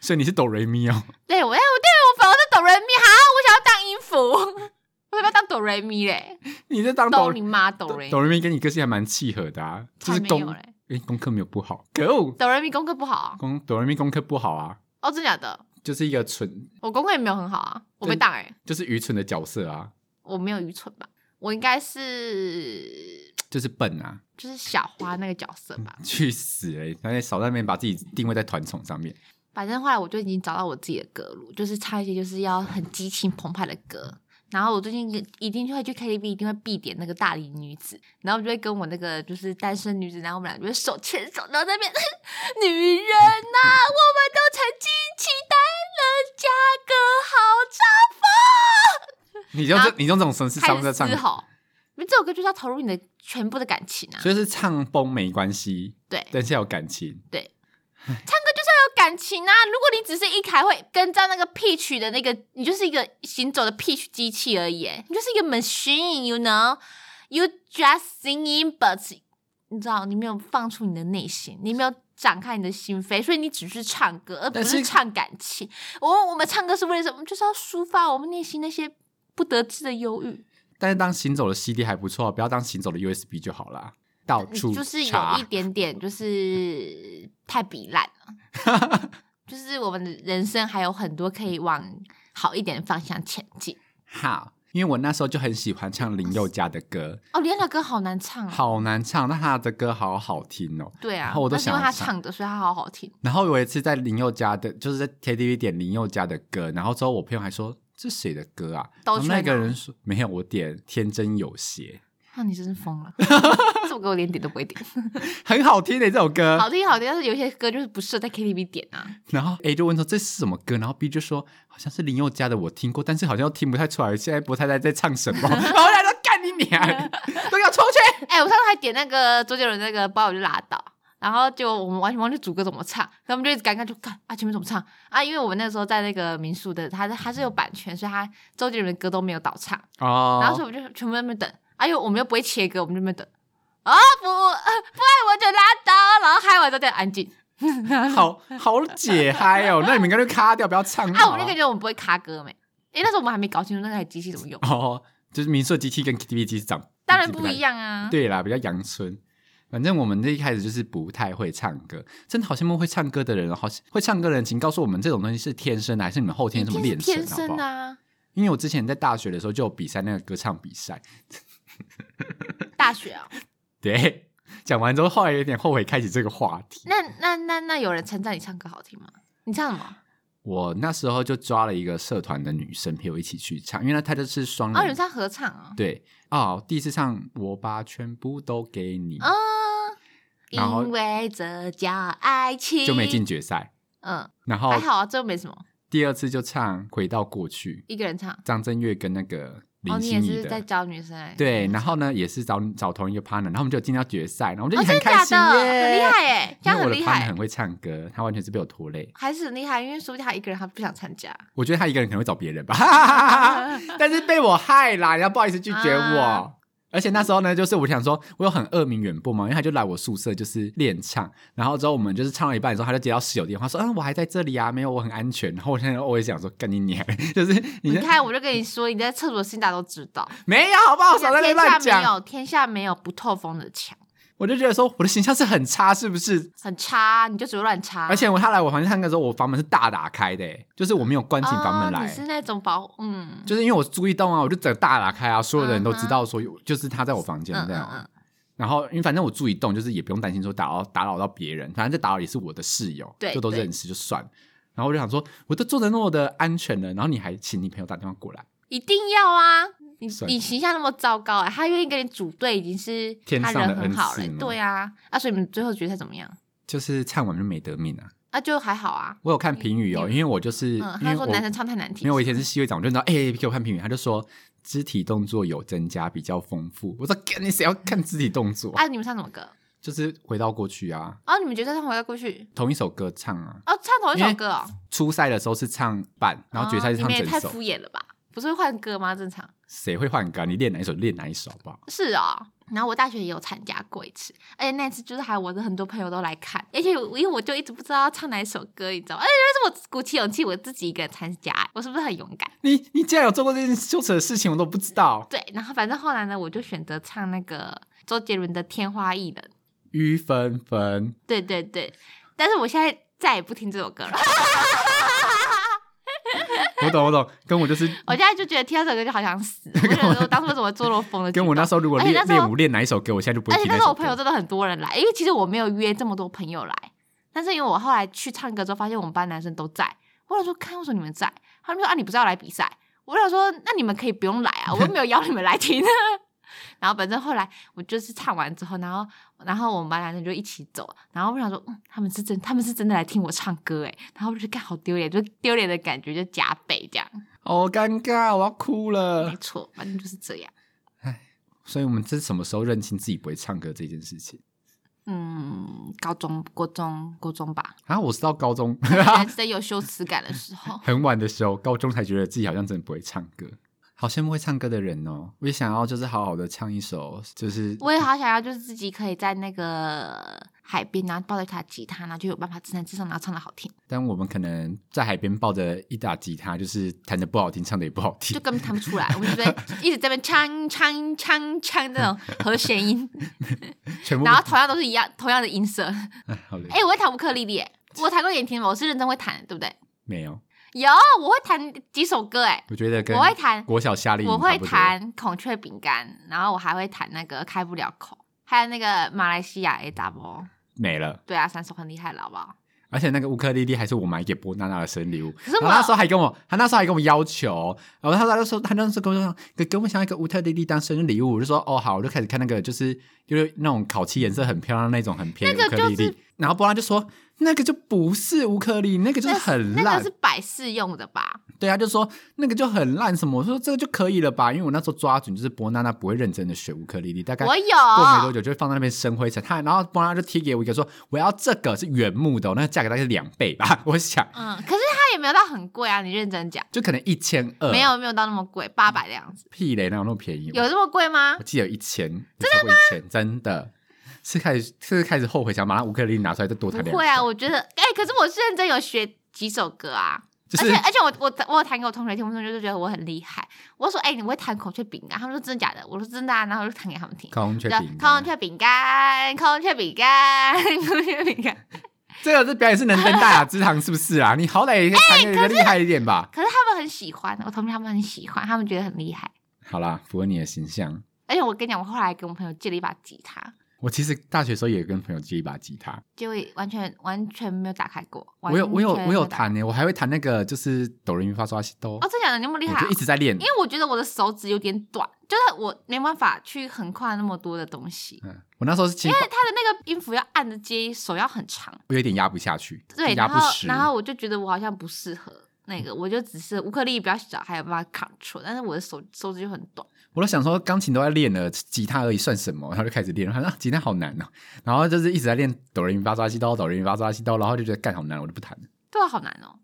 Speaker 3: 所以你是哆瑞咪哦，
Speaker 2: 对我，哎，我对我粉红是哆瑞咪，好，我想要当音符， 我要不要当哆瑞咪嘞？
Speaker 3: 你在当哆
Speaker 2: 哆你妈哆瑞咪
Speaker 3: 哆，瑞咪跟你个性还蛮契合的啊，就是
Speaker 2: 才没
Speaker 3: 功
Speaker 2: 有嘞。
Speaker 3: 哎、功课没有不好，可恶，
Speaker 2: 哆瑞咪功课不好啊？
Speaker 3: 功哆瑞咪功课不好啊，
Speaker 2: 哦，真的假的？
Speaker 3: 就是一个蠢，
Speaker 2: 我功课也没有很好啊，我被
Speaker 3: 真
Speaker 2: 当哎、
Speaker 3: 就是愚蠢的角色啊，
Speaker 2: 我没有愚蠢吧？我应该是
Speaker 3: 就是笨啊，
Speaker 2: 就是小花那个角色吧。
Speaker 3: 去死哎、欸！那少在那边把自己定位在团宠上面，
Speaker 2: 反正后来我就已经找到我自己的歌路，就是唱一些就是要很激情澎湃的歌。然后我最近一定就会去 KTV，一定会必点那个大龄女子，然后我就会跟我那个就是单身女子，然后我们俩就会手牵手，然后在那边， 女人呐、我们都曾经期待了价格好差
Speaker 3: 你就
Speaker 2: 然后
Speaker 3: 这你用这种形式唱
Speaker 2: 开
Speaker 3: 在
Speaker 2: 始
Speaker 3: 唱
Speaker 2: 嘶，吼，因为这首歌就是要投入你的全部的感情啊，
Speaker 3: 所以是唱崩没关系，
Speaker 2: 对，
Speaker 3: 但是要有感情。
Speaker 2: 唱歌就是要有感情啊！如果你只是一开会跟着那个 pitch 的那个，你就是一个行走的 pitch 机器而已，你就是一个 machine，you know，you just singing but 你知道，你没有放出你的内心，你没有展开你的心扉，所以你只是唱歌，而不
Speaker 3: 但是
Speaker 2: 是唱感情。我我们唱歌是为了什么？就是要抒发我们内心那些不得志的忧郁。
Speaker 3: 但是当行走的 CD 还不错，不要当行走的 USB 就好啦。到
Speaker 2: 你
Speaker 3: 处
Speaker 2: 嗯就是有
Speaker 3: 查
Speaker 2: 一点点， 就是太比烂了。就是我们的人生还有很多可以往好一点的方向前进。
Speaker 3: 好，因为我那时候就很喜欢唱林宥嘉的歌，
Speaker 2: 哦，连的歌好难唱啊。
Speaker 3: 好难唱，但他的歌好好听哦。
Speaker 2: 对啊
Speaker 3: 然后，我都
Speaker 2: 那是因为
Speaker 3: 想
Speaker 2: 他
Speaker 3: 唱
Speaker 2: 唱的，所以他好好听。
Speaker 3: 然后有一次在林宥嘉的，就是在 KTV 点林宥嘉的歌，然后之后我朋友还说这谁的歌啊？然
Speaker 2: 刀
Speaker 3: 后
Speaker 2: 圈
Speaker 3: 那个
Speaker 2: 啊
Speaker 3: 人说没有，我点《天真有邪
Speaker 2: 那啊你真是 疯了，这首歌我连点都不会点。》，
Speaker 3: 很好听欸的、这首歌。
Speaker 2: 好听好听，但是有些歌就是不适合在 KTV 点啊。
Speaker 3: 然后 A 就问说这是什么歌，然后 B 就说好像是林宥嘉的，我听过，但是好像又听不太出来，现在不太在在唱 什么。然后他说干你娘， 都给我出去！
Speaker 2: 哎、我上次还点那个周杰伦那个，把我就拉倒。然后就我们完全忘记主歌怎么唱，他们就一直尴尬就看啊前面怎么唱啊，因为我们那时候在那个民宿的，他他是有版权，所以他周杰伦的歌都没有倒唱，然后
Speaker 3: 哦
Speaker 2: 所以我们就全部在那边等，哎、啊、呦我们又不会切歌，我们就在那边等啊不 呃不爱我就拉倒，然后嗨完之后再安静
Speaker 3: 哦好好解嗨哦，那你们干脆卡掉，不要唱了。
Speaker 2: 啊，我们那个觉得我们不会卡歌没，因为那时候我们还没搞清楚那台机器怎么用，
Speaker 3: 哦，就是民宿机器跟 KTV 机器长
Speaker 2: 当然
Speaker 3: 机器
Speaker 2: 不
Speaker 3: 太
Speaker 2: 一样啊，
Speaker 3: 对啦，比较阳春。反正我们这一开始就是不太会唱歌，真的好羡慕会唱歌的人哦。好，会唱歌的人，请告诉我们这种东西是天生的，还是你们后天
Speaker 2: 一
Speaker 3: 怎么
Speaker 2: 定是
Speaker 3: 练成？
Speaker 2: 天
Speaker 3: 好
Speaker 2: 生
Speaker 3: 不好？
Speaker 2: 啊，
Speaker 3: 因为我之前在大学的时候就有比赛那个歌唱比赛，
Speaker 2: 大学啊，
Speaker 3: 对，讲完之后后来有点后悔开启这个话题。
Speaker 2: 那那那那有人称赞你唱歌好听吗？你唱什么？
Speaker 3: 我那时候就抓了一个社团的女生陪我一起去唱，因为她就是双
Speaker 2: 哦，有人
Speaker 3: 人。
Speaker 2: 唱合唱啊、
Speaker 3: 对哦，第一次唱《我把全部都给你》
Speaker 2: 哦，嗯，
Speaker 3: 然后
Speaker 2: 因为这叫爱情，
Speaker 3: 就没进。哦决赛，
Speaker 2: 嗯，
Speaker 3: 然后
Speaker 2: 还好啊，这没什么，
Speaker 3: 第二次就唱《回到过去》，
Speaker 2: 一个人唱。
Speaker 3: 张震岳跟那个
Speaker 2: 哦，
Speaker 3: 林
Speaker 2: 你也
Speaker 3: 心怡
Speaker 2: 是
Speaker 3: 的。
Speaker 2: 在教女生、欸？
Speaker 3: 对，
Speaker 2: 哦，
Speaker 3: 然后呢，也是找找同一个 partner，然后我们就有进到决赛，然后我们就
Speaker 2: 哦真
Speaker 3: 很
Speaker 2: 的
Speaker 3: 开
Speaker 2: 假
Speaker 3: 心
Speaker 2: 的？很厉
Speaker 3: 耶，
Speaker 2: 害哎、这样
Speaker 3: 因为我
Speaker 2: 很
Speaker 3: 的
Speaker 2: 厉
Speaker 3: partner
Speaker 2: 害
Speaker 3: 很，会唱歌，他完全是被我拖累。
Speaker 2: 还是很厉害，因为说不定他一个人他不想参加。
Speaker 3: 我觉得他一个人可能会找别人吧，哈 哈哈哈但是被我害啦，然后不好意思拒绝我。
Speaker 2: 啊
Speaker 3: 而且那时候呢，就是我想说，我有很恶名远播嘛，因为他就来我宿舍就是练唱，然后之后我们就是唱到一半的时候，他就接到室友电话说，嗯，我还在这里啊，没有，我很安全。然后我现在我也想说，干你娘， 就是你
Speaker 2: 你
Speaker 3: 这
Speaker 2: 看，我就跟你说，你在厕所心大家都知道。
Speaker 3: 没有好不哦好？少在那边
Speaker 2: 天
Speaker 3: 乱
Speaker 2: 下
Speaker 3: 讲
Speaker 2: 没。有，天下没有不透风的墙，
Speaker 3: 我就觉得说我的形象是很差，是不是？
Speaker 2: 很差啊，你就只会乱插。
Speaker 3: 而且我他来我房间唱歌的时候，我房门是大打开的欸，就是我没有关紧房门
Speaker 2: 哦
Speaker 3: 来
Speaker 2: 你是
Speaker 3: 欸，
Speaker 2: 那种保，嗯，
Speaker 3: 就是因为我注意到啊，我就整个大打开啊，所有的人都
Speaker 2: 嗯哼
Speaker 3: 知道说有就是他在我房间这样
Speaker 2: 嗯嗯
Speaker 3: 啊。然后因为反正我住一栋，就是也不用担心说打扰打扰到别人，反正这打扰也是我的室友，
Speaker 2: 对
Speaker 3: 就都
Speaker 2: 对
Speaker 3: 认识就算了。然后我就想说，我都做的那么的安全了，然后你还请你朋友打电话过来，
Speaker 2: 一定要啊！你
Speaker 3: 算
Speaker 2: 你形象那么糟糕、啊，他愿意跟你组队，已经是
Speaker 3: 天
Speaker 2: 他
Speaker 3: 上的
Speaker 2: 人很好了、
Speaker 3: 恩赐吗
Speaker 2: 对啊，啊，所以你们最后决赛怎么样？
Speaker 3: 就是唱完就没得命啊。
Speaker 2: 啊，就还好啊。
Speaker 3: 我有看评语哦，
Speaker 2: 嗯
Speaker 3: 因为我就是
Speaker 2: 嗯，
Speaker 3: 因
Speaker 2: 他
Speaker 3: 为
Speaker 2: 说
Speaker 3: 我
Speaker 2: 男生唱太难听。
Speaker 3: 没有，我以前是系会长，我就知道，哎、给我看评语，他就说肢体动作有增加，比较丰富。我说，干你谁要看肢体动作？
Speaker 2: 啊，你们唱什么歌？
Speaker 3: 就是回到过去啊，
Speaker 2: 哦，你们决赛唱回到过去。
Speaker 3: 同一首歌唱啊。
Speaker 2: 哦，唱同一
Speaker 3: 因
Speaker 2: 首
Speaker 3: 为
Speaker 2: 歌哦。
Speaker 3: 初赛的时候是唱半，然后决赛
Speaker 2: 哦
Speaker 3: 是唱
Speaker 2: 你们也太
Speaker 3: 整首
Speaker 2: 敷。衍了吧？不是会换歌吗？正常。
Speaker 3: 谁、会换歌啊？你练哪一首练哪一首，好不好？
Speaker 2: 是啊、然后我大学也有参加过一次，而且那次就是还有我的很多朋友都来看，而且我因为我就一直不知道要唱哪一首歌，你知道吗？哎，但是我鼓起勇气我自己一个人参加，我是不是很勇敢？
Speaker 3: 你你竟然有做过这件羞耻的事情，我都不知道。
Speaker 2: 对，然后反正后来呢，我就选择唱那个周杰伦的《天花艺人》。
Speaker 3: 雨纷纷，
Speaker 2: 对对对，但是我现在再也不听这首歌了。
Speaker 3: 我懂我懂，跟我就是
Speaker 2: 我现在就觉得听到这首歌就好想死，我就觉得我当初为什么做那么疯的举
Speaker 3: 跟
Speaker 2: 动？
Speaker 3: 我那时候如果
Speaker 2: 而且
Speaker 3: 练
Speaker 2: 那时候
Speaker 3: 练舞练哪一首歌，我现在就不会
Speaker 2: 而且
Speaker 3: 听那
Speaker 2: 那时候
Speaker 3: 首
Speaker 2: 我朋友
Speaker 3: 歌。
Speaker 2: 真的很多人来，因为其实我没有约这么多朋友来，但是因为我后来去唱歌之后，发现我们班男生都在，我想说看为什么你们在，他们说啊你不是要来比赛，我想说那你们可以不用来啊，我又没有邀你们来听。 然后反正后来我就是唱完之后，然后然后我们班男生就一起走，然后我想说，嗯，他们是真他们是真的来听我唱歌诶，然后我就干好丢脸，就丢脸的感觉就加倍这样，
Speaker 3: 好尴尬，我要哭了
Speaker 2: 没。错，反正就是这样。
Speaker 3: 所以我们这是什么时候认清自己不会唱歌这件事情？
Speaker 2: 嗯，高中、国中、国中吧，
Speaker 3: 啊，我是到高 中，。
Speaker 2: 男生有羞耻感的时候
Speaker 3: 很晚的时候，高中才觉得自己好像真的不会唱歌，好羡慕会唱歌的人哦。我也想要就是好好的唱一首，就是
Speaker 2: 我也好想要，就是自己可以在那个海边，然后抱着一把吉他，然后就有办法自弹自唱，然后唱的好听，
Speaker 3: 但我们可能在海边抱着一打吉他，就是弹的不好听，唱的也不好听
Speaker 2: 就，根本弹不出来。我们就在一直在那边唱唱唱唱这种和弦音，
Speaker 3: 全部
Speaker 2: 然后同样都是一样同样的音色。
Speaker 3: 哎好累
Speaker 2: 哎、，我会弹乌克丽丽耶，我弹过给你听吗？我是认真会弹，对不对？
Speaker 3: 没有
Speaker 2: 有，我会弹几首歌哎，
Speaker 3: 我觉得跟
Speaker 2: 我会弹
Speaker 3: 国小夏令营
Speaker 2: 我会
Speaker 3: 差不多，
Speaker 2: 弹孔雀饼干，然后我还会弹那个开不了口，还有那个马来西亚 A W。
Speaker 3: 没了。
Speaker 2: 对啊，三首很厉害了，好不好？
Speaker 3: 而且那个乌克丽丽还是我买给波娜娜的生日礼物。
Speaker 2: 可是我
Speaker 3: 然后那时候还跟我，他那时候还跟我要求，然后他那时候他那时候跟我说，给给我想要一个乌克丽丽当生日礼物，我就说哦好，我就开始看那个就是就是那种烤漆颜色很漂亮那种很便宜的
Speaker 2: 那
Speaker 3: 乌
Speaker 2: 个
Speaker 3: 克丽
Speaker 2: 就
Speaker 3: 丽
Speaker 2: 是。
Speaker 3: 然后波娜就说那个就不是乌克丽，那个就是很
Speaker 2: 那
Speaker 3: 烂
Speaker 2: 个是，百事用的吧？
Speaker 3: 对啊，就说那个就很烂什么，我说这个就可以了吧，因为我那时候抓准就是波娜娜不会认真的学乌克丽丽，大概
Speaker 2: 我
Speaker 3: 过没多
Speaker 2: 有，
Speaker 3: 久就会放在那边生灰尘。他然后波拉就贴给我一个说，我要这个是原木的、哦，那个价格大概是两倍吧。我想
Speaker 2: 嗯，可是它也没有到很贵啊，你认真讲，
Speaker 3: 就可能一千二，
Speaker 2: 没有没有到那么贵，八百的样子，
Speaker 3: 屁呃嗯嘞，哪有那么便宜？
Speaker 2: 有这么贵吗
Speaker 3: 我？记得有一千，真的吗？一千，真的是开始是开始后悔，想把那乌克丽丽拿出来再多谈两
Speaker 2: 不会啊，我觉得，哎、可是我是认真有学几首歌啊，
Speaker 3: 就是
Speaker 2: 而且而且我我我有弹给我同学听，我同学就觉得我很厉害，我说，哎、你会弹孔雀饼啊干？他们说真的假的？我说真的、啊，然后我就弹给他们听。
Speaker 3: 孔雀
Speaker 2: 叫
Speaker 3: 饼啊干，
Speaker 2: 孔雀饼干，孔雀饼干， 孔雀饼干。
Speaker 3: 这个这表演是能登大雅之堂是不是啊？你好歹也弹的人厉害一点吧。
Speaker 2: 哎可是他们很喜欢，我同学他们很喜欢，他们觉得很厉害。
Speaker 3: 好啦，符合你的形象。
Speaker 2: 而且我跟你讲，我后来跟我朋友借了一把吉他，
Speaker 3: 我其实大学的时候也跟朋友借一把吉他，
Speaker 2: 结果完全完全没有打开过。
Speaker 3: 我有我有
Speaker 2: 完全
Speaker 3: 我
Speaker 2: 没
Speaker 3: 有
Speaker 2: 打开
Speaker 3: 弹呢，我还会弹那个就是哆来咪发嗦拉西哆
Speaker 2: 哦，，真的假的？你那么厉害、
Speaker 3: 我
Speaker 2: 啊
Speaker 3: 就一？直在练
Speaker 2: 因。为我觉得我的手指有点短，就是我没办法去横跨那么多的东西，
Speaker 3: 嗯，我那时候是其
Speaker 2: 因
Speaker 3: 实
Speaker 2: 为它的那个音符要按着接，手要很长。
Speaker 3: 我有点压不下去，
Speaker 2: 对，
Speaker 3: 压
Speaker 2: 然
Speaker 3: 不
Speaker 2: 后
Speaker 3: 实。
Speaker 2: 然后我就觉得我好像不适合那个，我就只是乌克丽比较小，还有办法 control，但是我的手手指就很短。
Speaker 3: 我都想说，钢琴都在练了，吉他而已算什么？然后就开始练，然后啊，吉他好难哦。然后就是一直在练哆来咪发嗦拉西哆，哆来咪发嗦拉西哆，然后就觉得干好难，我就不弹了。哎
Speaker 2: 对啊，好难哦，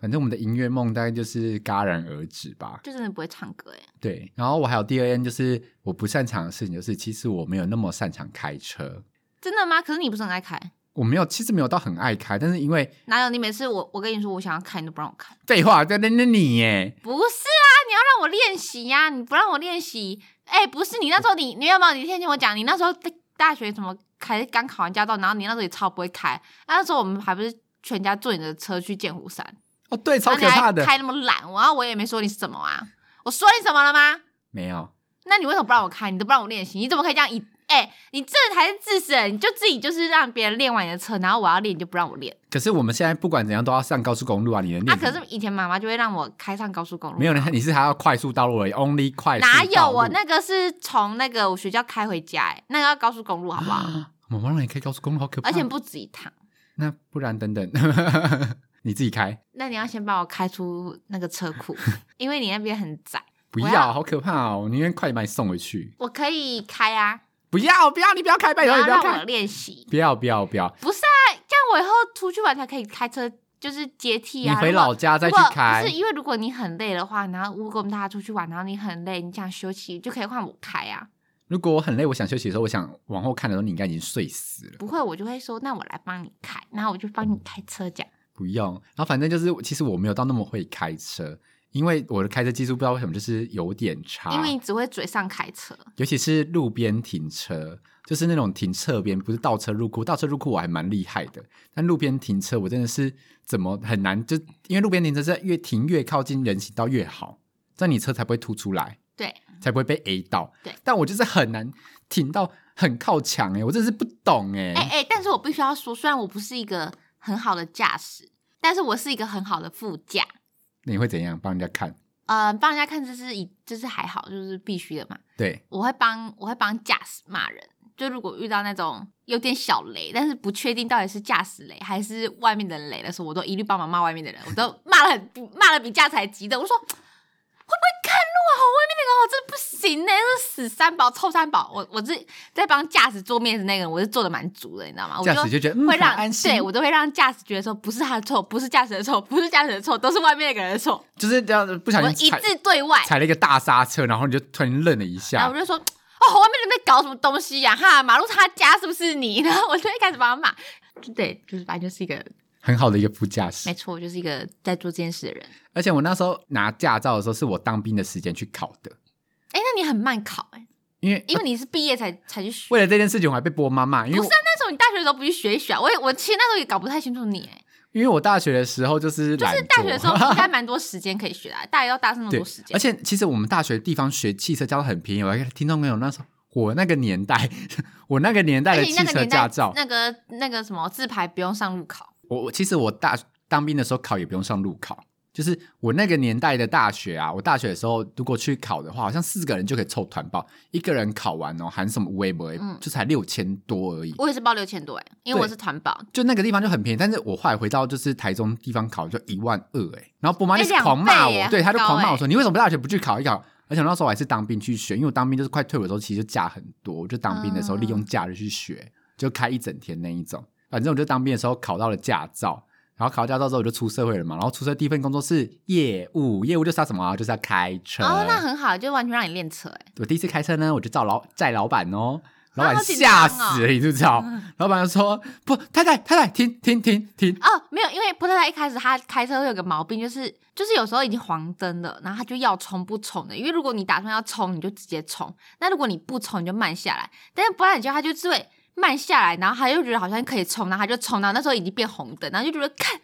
Speaker 3: 反正我们的音乐梦大概就是戛然而止吧。
Speaker 2: 就真的不会唱歌哎。
Speaker 3: 对，然后我还有第二件就是我不擅长的事情，就是其实我没有那么擅长开车，
Speaker 2: 真的吗？可是你不是很爱开，
Speaker 3: 我没有，其实没有到很爱开，但是因为
Speaker 2: 哪有？你每次我我跟你说我想要开，你都不让我开。
Speaker 3: 废话，在那那你耶，
Speaker 2: 不是啊，你要让我练习呀、你不让我练习，哎、不是你那时候你你有没有？你先听我讲，你那时候在大学怎么开刚考完驾照，然后你那时候也超不会开，那时候我们还不是全家坐你的车去剑湖山，
Speaker 3: 哦，对，超
Speaker 2: 然
Speaker 3: 可
Speaker 2: 后啊你还
Speaker 3: 怕的，
Speaker 2: 开那么懒，然后我也没说你哎什么啊，我说你什么了吗？
Speaker 3: 没有，
Speaker 2: 那你为什么不让我开？你都不让我练习，你怎么可以这样以？哎、你这才是自私，你就自己就是让别人练完你的车，然后我要练你就不让我练
Speaker 3: 可是我们现在不管怎样都要上高速公路啊，你能
Speaker 2: 啊！
Speaker 3: 练什
Speaker 2: 可
Speaker 3: 么？
Speaker 2: 是以前妈妈就会让我开上高速公路，
Speaker 3: 没有，你是还要快速道路而已，only 快速
Speaker 2: 哪
Speaker 3: 道
Speaker 2: 有
Speaker 3: 路
Speaker 2: 我那个是从那个我学校开回家、哎，那个要高速公路，好不 好？
Speaker 3: 啊， 妈妈让你开高速公路好可怕。
Speaker 2: 而且不止一趟。
Speaker 3: 那不然等 等，你自己开，
Speaker 2: 那你要先把我开出那个车 库，因为你那边很窄。
Speaker 3: 不
Speaker 2: 我
Speaker 3: 要，
Speaker 2: 要
Speaker 3: 好可怕哦！我宁愿快点把你送回去。
Speaker 2: 我可以开啊，
Speaker 3: 不要，不要，你不要开，拜
Speaker 2: 你
Speaker 3: 托哎你
Speaker 2: 要
Speaker 3: 不要
Speaker 2: 让我
Speaker 3: 开，
Speaker 2: 练习。
Speaker 3: 不要，不要，不要，
Speaker 2: 不是啊，这样我以后出去玩才可以开车，就是接替
Speaker 3: 你
Speaker 2: 啊。
Speaker 3: 回
Speaker 2: 如果
Speaker 3: 老家再
Speaker 2: 如
Speaker 3: 去
Speaker 2: 果
Speaker 3: 开
Speaker 2: 不是。因为如果你很累的话，然后如果我们大家出去玩，然后你很累，你想休息，就可以换我开啊。
Speaker 3: 如果我很累，我想休息的时候，我想往后看的时候，你应该已经睡死了。
Speaker 2: 不会，我就会说，那我来帮你开，然后我就帮你开车这样。
Speaker 3: 不用，然后反正就是，其实我没有到那么会开车，因为我的开车技术不知道为什么就是有点差，
Speaker 2: 因为你只会嘴上开车，
Speaker 3: 尤其是路边停车，就是那种停侧边，不是倒车入库。倒车入库我还蛮厉害的，但路边停车我真的是怎么很难，就因为路边停车是越停越靠近人行道越好，这样你车才不会突出来，
Speaker 2: 对。
Speaker 3: 才不会被 A 到。
Speaker 2: 对，
Speaker 3: 但我就是很难停到很靠墙哎、我真的是不懂哎、
Speaker 2: 哎、哎、但是我必须要说，虽然我不是一个很好的驾驶，但是我是一个很好的副驾。
Speaker 3: 你会怎样帮人家看？
Speaker 2: 呃，帮人家看这是一，这是还好，就是必须的嘛。
Speaker 3: 对，
Speaker 2: 我会帮，我会帮驾驶骂人。就如果遇到那种有点小雷，但是不确定到底是驾驶雷还是外面的雷的时候，我都一律帮忙骂外面的人，我 都骂了很骂了比驾驶还激动。我说会不会看路啊？我外面那个我真的不行呢、这死三宝、臭三宝。我我是在帮驾驶做面子那个人，我是做的蛮足的，你知道吗？我
Speaker 3: 驾驶就觉得嗯
Speaker 2: 会让、
Speaker 3: 很安心，
Speaker 2: 对我都会让驾驶觉得说不是他的错，不是驾驶的错，不是驾驶的错，都是外面那个人的错。
Speaker 3: 就是这样不
Speaker 2: 我
Speaker 3: 小
Speaker 2: 们一
Speaker 3: 心踩
Speaker 2: 致对外，
Speaker 3: 踩了一个大刹车，然后你就突然愣了一
Speaker 2: 然
Speaker 3: 下
Speaker 2: 后我。就说。哦，外面人在搞什么东西呀、哈，马路是他家是不是你？ 然后我就一开始把他骂，对，就是反正就是一个，
Speaker 3: 很好的一个副驾驶
Speaker 2: 没，错，我就是一个在做这件事的人。
Speaker 3: 而且我那时候拿驾照的时候，是我当兵的时间去考的，
Speaker 2: 哎，那你很慢考哎、
Speaker 3: 因为
Speaker 2: 因为你是毕业才才去学。
Speaker 3: 为了这件事情，我还被波妈骂，因为
Speaker 2: 不
Speaker 3: 我
Speaker 2: 是啊，那时候你大学的时候不去学一学啊？我也我其实那时候也搞不太清楚你哎、
Speaker 3: 因为我大学的时候就是
Speaker 2: 就
Speaker 3: 懒
Speaker 2: 是
Speaker 3: 惰
Speaker 2: 大学 的时候应该蛮多时间可以学啦，大一到大四那么
Speaker 3: 对
Speaker 2: 多时，间，
Speaker 3: 而且其实我们大学地方学汽车驾照很便宜，我还听众朋友那时候。我那个年代， 我那个年代
Speaker 2: 而
Speaker 3: 的
Speaker 2: 且
Speaker 3: 汽
Speaker 2: 那个
Speaker 3: 车
Speaker 2: 年
Speaker 3: 驾
Speaker 2: 代
Speaker 3: 照，
Speaker 2: 那个那个什么自排不用上路考，
Speaker 3: 我我其实我大当兵的时候考也不用上路考，就是我那个年代的大学啊，我大学的时候如果去考的话，好像四个人就可以凑团报，一个人考完哦，含什么微博、
Speaker 2: 嗯
Speaker 3: 就才六千多而已。
Speaker 2: 我也是报六千多哎，因为我
Speaker 3: 对
Speaker 2: 是团保，
Speaker 3: 就那个地方就很便宜，但是我后来回到就是台中地方考就一万二哎，然后波妈
Speaker 2: 哎
Speaker 3: 就是狂骂
Speaker 2: 两倍
Speaker 3: 我，
Speaker 2: 耶
Speaker 3: 对，她就
Speaker 2: 很高
Speaker 3: 狂骂
Speaker 2: 哎
Speaker 3: 我说你为什么大学不去考一考？而且那时候我还是当兵去学，因为我当兵就是快退伍的时候，其实就假很多，我就当兵的时候
Speaker 2: 嗯
Speaker 3: 利用假日去学，就开一整天那一种。反正我就当兵的时候考到了驾照，然后考到驾照之后我就出社会了嘛，然后出社会第一份工作是业务，业务就是要什么啊、就是要开车。
Speaker 2: 哦，那很好，就完全让你练车哎，
Speaker 3: 我第一次开车呢，我就找老载老板哦，老板
Speaker 2: 好紧张
Speaker 3: 吓
Speaker 2: 哦
Speaker 3: 死了，你知不知道？老板就说不，太太太太，停停停停，
Speaker 2: 哦，没有，因为葡萄牙一开始他开车会有个毛病，就是就是有时候已经黄灯了，然后他就要冲不冲的，因为如果你打算要冲，你就直接冲；那如果你不冲，你就慢下来。但是不然，你就他就是会慢下来，然后他就觉得好像可以冲，然后他就冲，然后那时候已经变红灯，然后就觉得看。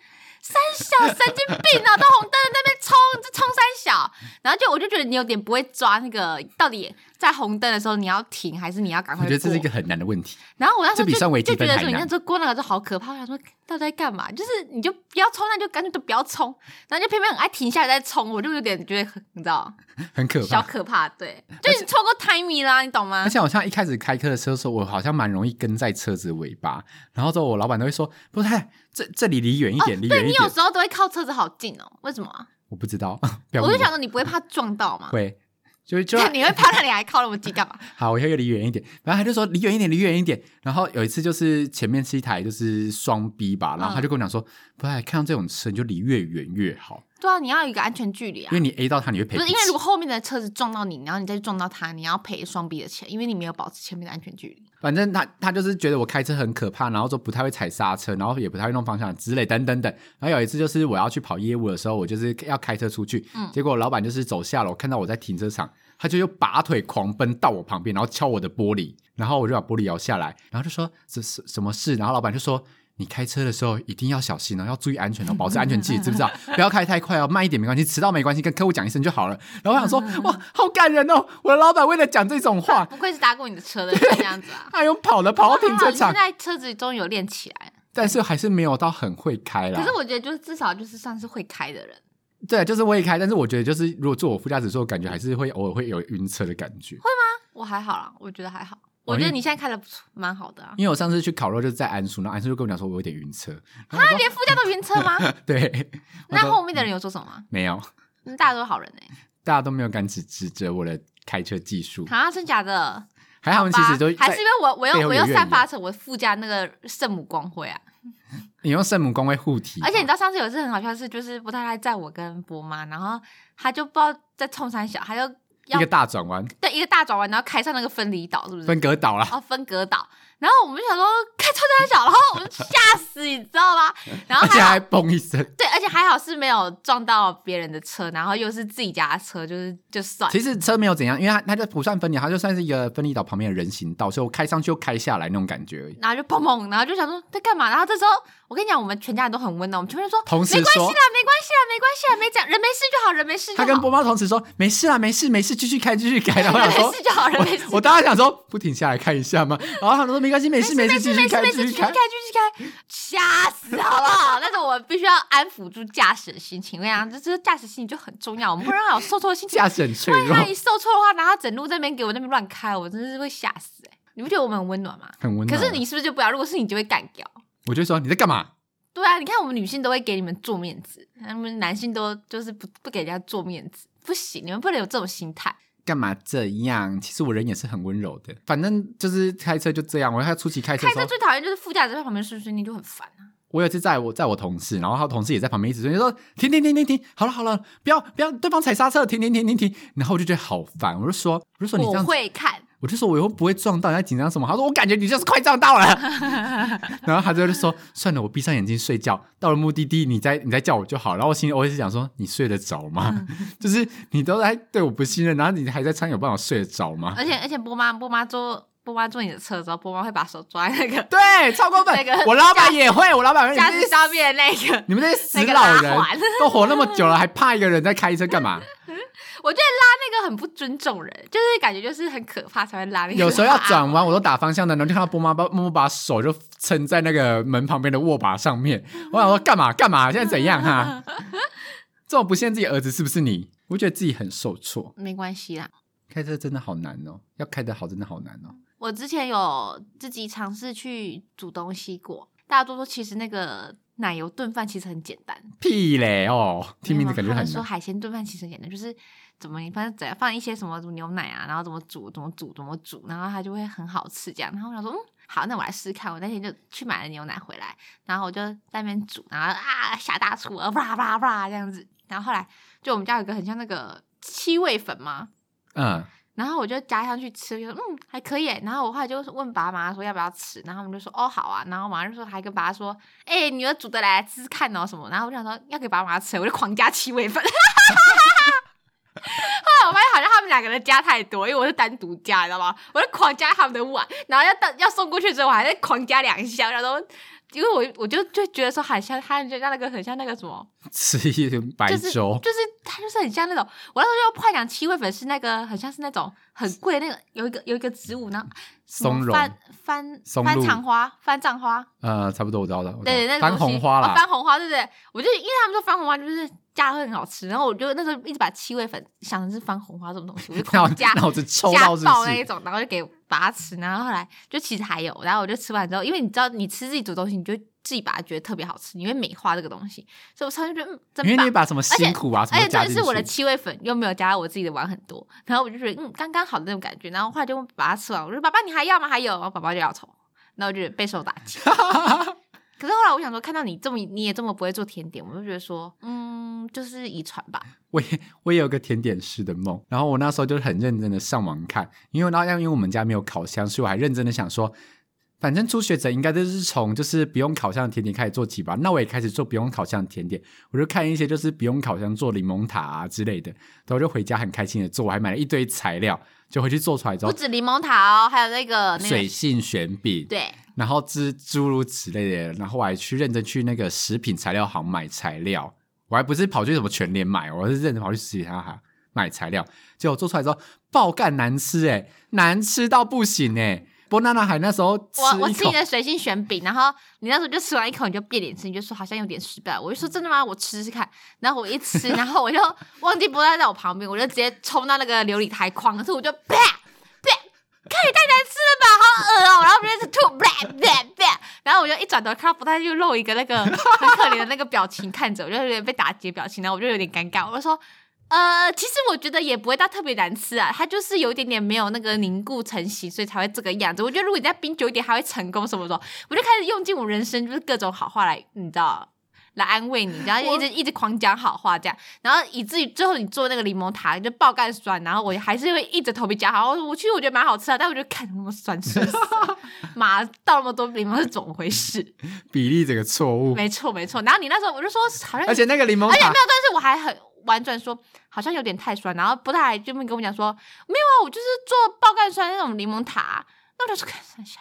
Speaker 2: 三小神经病啊，都红灯了，在那边冲，这冲三小，然后就我就觉得你有点不会抓那个，到底在红灯的时候你要停还是你要赶
Speaker 3: 我
Speaker 2: 快
Speaker 3: 觉得
Speaker 2: 过？
Speaker 3: 这是一个很难的问题。
Speaker 2: 然后我那时
Speaker 3: 这
Speaker 2: 候
Speaker 3: 比
Speaker 2: 就
Speaker 3: 上微积
Speaker 2: 就觉
Speaker 3: 分
Speaker 2: 得
Speaker 3: 还
Speaker 2: 说你那
Speaker 3: 难
Speaker 2: 时候过那个就好可怕，我想说到底在干嘛？就是你就不要冲，那就干脆都不要冲，然后就偏偏很爱停下来再冲，我就有点觉得很你知道
Speaker 3: 很可
Speaker 2: 小
Speaker 3: 怕。
Speaker 2: 可怕，对，就你错过 timing 啦，你懂吗
Speaker 3: 而？且好像一开始开车的时候，我好像蛮容易跟在车子的尾巴，然后之后我老板都会说：“不太，这这里离远一点，离
Speaker 2: 哦对
Speaker 3: 远一
Speaker 2: 你
Speaker 3: 点
Speaker 2: 有。时候都会靠车子好近哦，为什么啊？”
Speaker 3: 我不知道，不要
Speaker 2: 我
Speaker 3: 问
Speaker 2: 就想说你不会怕撞到吗？
Speaker 3: 会，就就
Speaker 2: 对，你会怕，那你还靠那么近干嘛？
Speaker 3: 好，我要越离远一点。然后他就说离远一点，离远一点。然后有一次就是前面是一台就是双 B 吧，然后他
Speaker 2: 嗯
Speaker 3: 就跟我讲说：“不太，看到这种车你就离越远越好，
Speaker 2: 对啊，你要有一个安全距离
Speaker 3: 因
Speaker 2: 啊
Speaker 3: 为。你 A 到他你会赔
Speaker 2: 不
Speaker 3: 不
Speaker 2: 是
Speaker 3: 起。”
Speaker 2: 因为如果后面的车子撞到你，然后你再撞到他，你要赔双臂的钱，因为你没有保持前面的安全距离。
Speaker 3: 反正他他就是觉得我开车很可怕，然后说不太会踩刹车，然后也不太会弄方向之类等等等。然后有一次就是我要去跑业务的时候，我就是要开车出去，
Speaker 2: 嗯
Speaker 3: 结果老板就是走下楼看到我在停车场，他就又拔腿狂奔到我旁边，然后敲我的玻璃，然后我就把玻璃摇下来，然后就说这是什么事？然后老板就说。你开车的时候一定要小心哦，要注意安全哦，保持安全距离，知不知道？不要开太快哦，慢一点没关系，迟到没关系，跟客户讲一声就好了。然后我想说，哇，好感人哦！我的老板为了讲这种 话，
Speaker 2: 不愧是搭过你的车的人这样子啊。
Speaker 3: 他又跑了跑到停车
Speaker 2: 还好
Speaker 3: 场
Speaker 2: 啊你现，在车子终于有练起来了。
Speaker 3: 但是还是没有到很会开啦。
Speaker 2: 可是我觉得，就是至少就是算是会开的人，
Speaker 3: 对，就是会开，但是我觉得就是如果坐我副驾驶座，感觉还是会偶尔会有晕车的感觉。
Speaker 2: 我还好啦，我觉得还好。
Speaker 3: 哦
Speaker 2: 我觉
Speaker 3: 因为
Speaker 2: 得你现在开的不错，蛮好的啊。
Speaker 3: 因为我上次去烤肉就是在安叔，然后安叔就跟我讲说我有点晕车，然后
Speaker 2: 那连副驾都晕车 吗？
Speaker 3: 我对，我
Speaker 2: 那
Speaker 3: 说
Speaker 2: 后面的人有说什么吗？
Speaker 3: 没有，
Speaker 2: 嗯大家都是好人哎、
Speaker 3: 大家都没有敢指指责我的开车技 术，
Speaker 2: 欸，啊，真假的？
Speaker 3: 还好他们其实
Speaker 2: 吧
Speaker 3: 都
Speaker 2: 还
Speaker 3: 在
Speaker 2: 是因为我我
Speaker 3: 背
Speaker 2: 又
Speaker 3: 后
Speaker 2: 我
Speaker 3: 有
Speaker 2: 又
Speaker 3: 怨
Speaker 2: 散
Speaker 3: 言
Speaker 2: 发着我附加那个圣母光辉啊！
Speaker 3: 嗯你用圣母光为护体，
Speaker 2: 而且你知道上次有一次很好笑的事，就是不太太载我跟波妈，然后他就不知道在冲山小，他就
Speaker 3: 一
Speaker 2: 要
Speaker 3: 个大转弯，
Speaker 2: 对一个大转弯，然后开上那个分离岛，是不是？
Speaker 3: 分隔岛啦，
Speaker 2: 哦，分隔岛。然后我们就想说，看超大小，然后我们吓死，你知 道吗？然后
Speaker 3: 而且
Speaker 2: 还好
Speaker 3: 还嘣一声。
Speaker 2: 对，而且还好是没有撞到别人的车，然后又是自己家的车，就是就算。
Speaker 3: 其实车没有怎样，因为它它就不算分离，它就算是一个分离岛旁边的人行道，所以我开上去又开下来那种感觉而已。
Speaker 2: 然后就砰砰，然后就想说在干嘛？然后这时候我跟你讲，我们全家人都很温暖，我们全部人说
Speaker 3: 同时
Speaker 2: 没关系啦，
Speaker 3: 说
Speaker 2: 没关系啦，没关系啦，没讲人没事就好，人没事就好，
Speaker 3: 他跟波妈同时说：“没事啦，没事，没事，继续开，继续 开。”然后我想
Speaker 2: 人没
Speaker 3: 说
Speaker 2: 事就好，人没事就：“好
Speaker 3: 我当时想说，不停下来看一下 吗？”然后他们说：“没关系，没事，
Speaker 2: 没
Speaker 3: 事，
Speaker 2: 事
Speaker 3: 继
Speaker 2: 没
Speaker 3: 续
Speaker 2: 事
Speaker 3: 开，
Speaker 2: 没
Speaker 3: 继
Speaker 2: 事，继
Speaker 3: 续
Speaker 2: 续
Speaker 3: 开
Speaker 2: 开，。继续开，吓死好不好？但是我必须要安抚住驾驶的心情，我想这这驾驶心情就很重要，我们不能让他有受挫的心”情。
Speaker 3: 驾驶很脆
Speaker 2: 万一
Speaker 3: 弱
Speaker 2: 他，一受挫的话，然后他整路这边给我那边乱开，我真的是会吓死哎、你不觉得我们很温暖吗？
Speaker 3: 很温
Speaker 2: 可
Speaker 3: 暖。啊
Speaker 2: 是，你是不是就不要？如果是你，就会干掉。
Speaker 3: 我就说你在干嘛？
Speaker 2: 对啊，你看我们女性都会给你们做面子，那们男性都就是不不给人家做面子，不行，你们不能有这种心态。
Speaker 3: 干嘛这样？其实我人也是很温柔的，反正就是开车就这样。我他初期开车的
Speaker 2: 开
Speaker 3: 时
Speaker 2: 车
Speaker 3: 候，
Speaker 2: 最讨厌就是副驾驶在旁边碎碎念，就很烦啊。
Speaker 3: 我有一次在我在我同事，然后他同事也在旁边一直说：“你说停停停停停，好了好了，不要不要，对方踩刹车，停停停停停。”然后我就觉得好烦，我就说：“我就说你这
Speaker 2: 我
Speaker 3: 样子
Speaker 2: 会看，
Speaker 3: 我就说我以后不会撞到，你在紧张什么？他说我感觉你就是快撞到了， 然后他就说算了，我闭上眼睛睡觉，到了目的地你再你再叫我就好。然后我心里我也是想说，你睡得着吗？
Speaker 2: 嗯
Speaker 3: 就是你都在对我不信任，然后你还在参与，有办法睡得着吗？
Speaker 2: 而且而且波妈波妈说波妈坐你的车的时候，波妈会把手抓在那个
Speaker 3: 对，超过分
Speaker 2: 那个！
Speaker 3: 我老板也会，我老板会。
Speaker 2: 驾
Speaker 3: 哎你
Speaker 2: 驶
Speaker 3: 们这
Speaker 2: 上面的那个。
Speaker 3: 你们这些死
Speaker 2: 那个
Speaker 3: 老
Speaker 2: 拉
Speaker 3: 人
Speaker 2: 环
Speaker 3: 都活那么久了，还怕一个人在开车干嘛？
Speaker 2: 我觉得 拉那个很不尊重人，就是感觉就是很可怕才会拉那 个。
Speaker 3: 有时候要，转弯，我都打方向灯，然后就看到波妈把默默把手就撑在那个门旁边的握把上面。我想说干嘛干嘛？现在怎样哈、 这种不信自己儿子是不是你？我觉得自己很受挫，
Speaker 2: 没关系啦。
Speaker 3: 开车真的好难哦，要开得好真的好难哦。
Speaker 2: 我之前有自己尝试去煮东西过，大家都说其实那个奶油炖饭其实很简单，
Speaker 3: 屁嘞哦，听名字感觉
Speaker 2: 没有他们
Speaker 3: 很
Speaker 2: 说
Speaker 3: 难。
Speaker 2: 海鲜炖饭其实很简单，就是怎么你反正只要放一些什么牛奶啊，然后怎么煮怎么煮怎么煮，然后它就会很好吃这样。然后我想说，嗯，好，那我来试试看。我那天就去买了牛奶回来，然后我就在那边煮，然后啊下大厨啊，哇哇哇这样子。然后后来就我们家有一个很像那个七味粉嘛，
Speaker 3: 嗯，
Speaker 2: 然后我就加上去吃，就说嗯还可以耶。然后我后来就问爸妈说要不要吃，然后我们就说哦好啊。然后我妈就说还跟爸妈说，哎、女儿煮的来吃吃看哦什么。然后我就想说要给爸妈吃，我就狂加七味粉。 后来我发现好像他们两个人加太多，因为我是单独加，你知道吗？我就狂加他们的碗，然后要到要送过去之后，我还在狂加两下，然后因为我我就就觉得说好像他就像那个很像那个什么。
Speaker 3: 吃一点白
Speaker 2: 就是
Speaker 3: 粥，
Speaker 2: 就是它就是很像那种，我那时候就幻想七味粉是那个很像是那种很贵的那个，有一个有一个植物，然后什么
Speaker 3: 松茸
Speaker 2: 番番
Speaker 3: 松
Speaker 2: 番
Speaker 3: 露
Speaker 2: 长花、番藏花，
Speaker 3: 呃，差不多我知道了。我知道
Speaker 2: 对那个
Speaker 3: 番
Speaker 2: 东西
Speaker 3: 红花
Speaker 2: 哦
Speaker 3: 啦，
Speaker 2: 番红花对不对？我就因为他们说番红花就是加了会很好吃，然后我就那时候一直把七味粉想成是番哦红花这种东西，我就
Speaker 3: 脑
Speaker 2: 狂加
Speaker 3: 脑子抽
Speaker 2: 家
Speaker 3: 到是
Speaker 2: 暴哎
Speaker 3: 不
Speaker 2: 那一
Speaker 3: 是？
Speaker 2: 种，然后就给把它吃，然后后来就其实还有，然后我就吃完之后，因为你知道你吃自己煮东西，你就自己把它觉得特别好吃，你会美化这个东西，所以我吃完就觉得嗯，真
Speaker 3: 因为
Speaker 2: 棒
Speaker 3: 你。把什么辛苦啊什
Speaker 2: 而
Speaker 3: 么
Speaker 2: 且
Speaker 3: 都加
Speaker 2: 这
Speaker 3: 进
Speaker 2: 是我的
Speaker 3: 去，
Speaker 2: 七味粉，又没有加到我自己的碗很多，然后我就觉得嗯刚刚好的那种感觉，然后后来就把它吃完，我说爸爸你还要吗？还有，然后爸爸就摇头，然后我就备受打 击。可是后来我想说，看到你这么你也这么不会做甜点，我就觉得说嗯就是遗传吧，
Speaker 3: 我也我也有个甜点师的梦，然后我那时候就是很认真的上网看，因为那因为我们家没有烤箱，所以我还认真的想说，反正初学者应该都是从就是不用烤箱的甜点开始做起吧，那我也开始做不用烤箱的甜点，我就看一些就是不用烤箱做柠檬塔啊之类的，然后我就回家很开心的做，我还买了一堆材料，就回去做出来之
Speaker 2: 不
Speaker 3: 后，
Speaker 2: 止柠檬塔哦，还有那个那
Speaker 3: 水
Speaker 2: 个
Speaker 3: 性卷饼，
Speaker 2: 对。
Speaker 3: 然后之诸如此类的，然后我还去认真去那个食品材料行买材料，我还不是跑去什么全联买，我是认真跑去食品材料行买材料，结果做出来之后爆干难吃哎、难吃到不行哎、波娜娜还那时候吃
Speaker 2: 我我
Speaker 3: 一
Speaker 2: 吃你
Speaker 3: 口，
Speaker 2: 的水性卷饼，然后你那时候就吃完一口，你就变脸吃，你就说好像有点失败。我就说真的吗？我吃吃看。然后我一吃，然后我就忘记不在在我旁边，我就直接冲到那个琉璃台框，可是我就啪啪，看也太难吃了吧，好恶哦、然后我就一直吐，啪啪啪。然后我就一转头看到不太就露一个 那个很可怜的那个表情看着，我就有点被打击的表情，然后我就有点尴尬，我就说。 呃，其实我觉得也不会到特别难吃啊，它就是有一点点没有那个凝固成型，所以才会这个样子。我觉得如果你再冰久一点，还会成功什么的。我就开始用尽我人生就是各种好话来，你知道，来安慰你，然后一直一直狂讲好话这样，然后以至于最后你做那个柠檬塔就爆干酸，然后我还是会硬着头皮讲好。我其实我觉得蛮好吃的，但我觉得看那么酸酸， 妈倒那么多柠檬是怎么回事？
Speaker 3: 比例整个错误，
Speaker 2: 没错没错。然后你那时候我就说好像
Speaker 3: 而且那个柠檬
Speaker 2: 而且没有，
Speaker 3: 塔
Speaker 2: 但是我还很婉转说，好像有点太酸，然后不太还就跟我讲说，没有啊，我就是做爆干酸那种柠檬塔，啊那我就说看三小，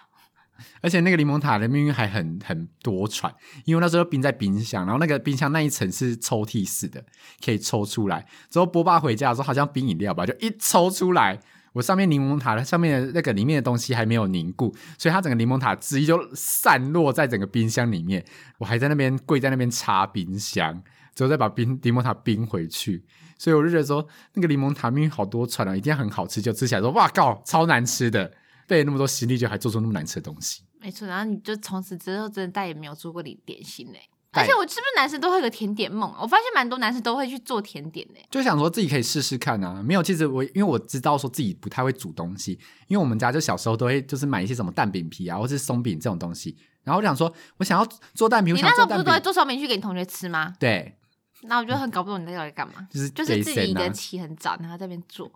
Speaker 3: 而且那个柠檬塔的命运还很很多舛，因为那时候冰在冰箱，然后那个冰箱那一层是抽屉式的，可以抽出来。之后波爸回家的时候，好像冰饮料吧，就一抽出来，我上面柠檬塔的上面的那个里面的东西还没有凝固，所以它整个柠檬塔汁液就散落在整个冰箱里面。我还在那边跪在那边擦冰箱，之后再把冰柠檬塔冰回去。所以我就觉得说，那个柠檬塔命运好多舛啊，一定要很好吃，就吃起来说哇靠，超难吃的，费了那么多心力，就还做出那么难吃的东西。
Speaker 2: 没错，然后你就从此之后真的再也没有做过点点心嘞、
Speaker 3: 对
Speaker 2: 而且我是不是男生都会有个甜点梦啊？我发现蛮多男生都会去做甜点嘞、
Speaker 3: 就想说自己可以试试看啊。没有，其实我因为我知道说自己不太会煮东西，因为我们家就小时候都会就是买一些什么蛋饼皮啊，或是松饼这种东西。然后我想说，我想要做蛋饼，我
Speaker 2: 你
Speaker 3: 想
Speaker 2: 那时
Speaker 3: 做
Speaker 2: 候不
Speaker 3: 蛋
Speaker 2: 是都会
Speaker 3: 饼，
Speaker 2: 做烧饼去给你同学吃吗？
Speaker 3: 对，
Speaker 2: 那我就很搞不懂你到底在干嘛，
Speaker 3: 就是
Speaker 2: 就是自己
Speaker 3: Jason 啊
Speaker 2: 的起很早，然后在那边做。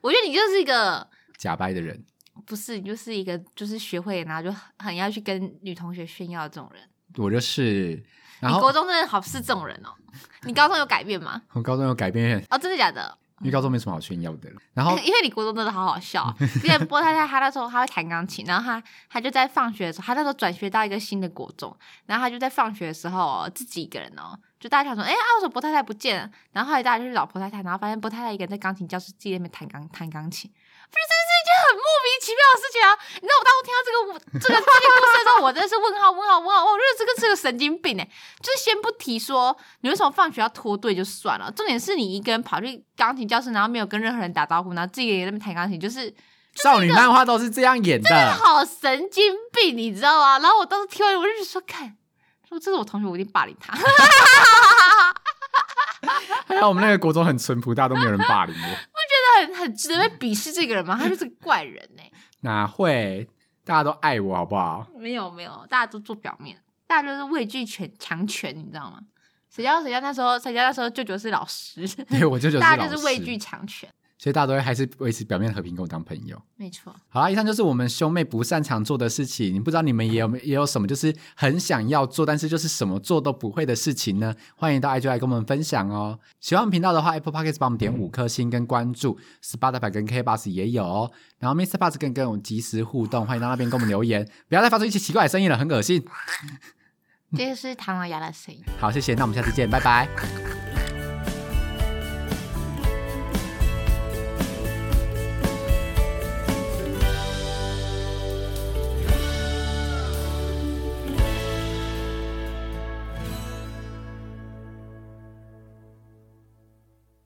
Speaker 2: 我觉得你就是一个
Speaker 3: 假掰的人。
Speaker 2: 不是，你就是一个就是学会，然后就很要去跟女同学炫耀的这种人。
Speaker 3: 我就是，然
Speaker 2: 你国
Speaker 3: 后
Speaker 2: 中真的好是这种人哦。你高中有改变吗？
Speaker 3: 我高中有改变，
Speaker 2: 哦，真的假的？
Speaker 3: 因为高中没什么好炫耀的了。然后
Speaker 2: 因为因为你国中真的好好笑啊、之前波太太她那时候她会弹钢琴，然后她她就在放学的时候，她那时候转学到一个新的国中，然后她就在放学的时候哦自己一个人哦，就大家想说，哎、啊，为什么波太太不见了？然后后来大家就去找波太太，然后发现波太太一个人在钢琴教室自己在那边弹钢弹钢琴，不是这是一件很莫名其妙的事情啊！你知道我当初听到这个我这个这个故事的时候，我真的是问号问号问号，我觉得这个是个神经病哎、就是先不提说你为什么放学要脱队就算了，重点是你一个人跑去钢琴教室，然后没有跟任何人打招呼，然后自己也在那边弹钢琴，就是
Speaker 3: 少女漫画都是这样演的，
Speaker 2: 好神经病，你知道吗？然后我当时听完，我就觉得说，看，如果这是我同学，我一定霸凌他。
Speaker 3: 还有我们那个国中很淳朴，大家都没有人霸凌我，
Speaker 2: 真的很很值得被鄙视这个人吗？他就是个怪人哎、
Speaker 3: 哪会？大家都爱我好不 好？
Speaker 2: 没有没有，大家都做表面，大家就是畏惧权强权，你知道吗？谁叫谁叫那时候，谁叫那时候舅舅是老师，
Speaker 3: 对我舅舅是
Speaker 2: 大
Speaker 3: 老
Speaker 2: 家就是
Speaker 3: 师，
Speaker 2: 畏惧强权，
Speaker 3: 所以大家都会还是维持表面和平，跟我当朋友。
Speaker 2: 没错。
Speaker 3: 好啦，以上就是我们兄妹不擅长做的事情。你不知道你们也有没也有什么，就是很想要做，但是就是什么做都不会的事情呢？欢迎到 IG 来跟我们分享哦。喜欢我们频道的话，Apple Podcast 帮我们点五颗星跟关注，Spotify 跟 K Bus 也有哦。然后 Mr. Bus 更跟我们及时互动，欢迎到那边跟我们留言，不要再发出一些奇怪的声音了，很恶心。
Speaker 2: 这个是唐老鸭的声音。
Speaker 3: 好，谢谢，那我们下次见，拜拜。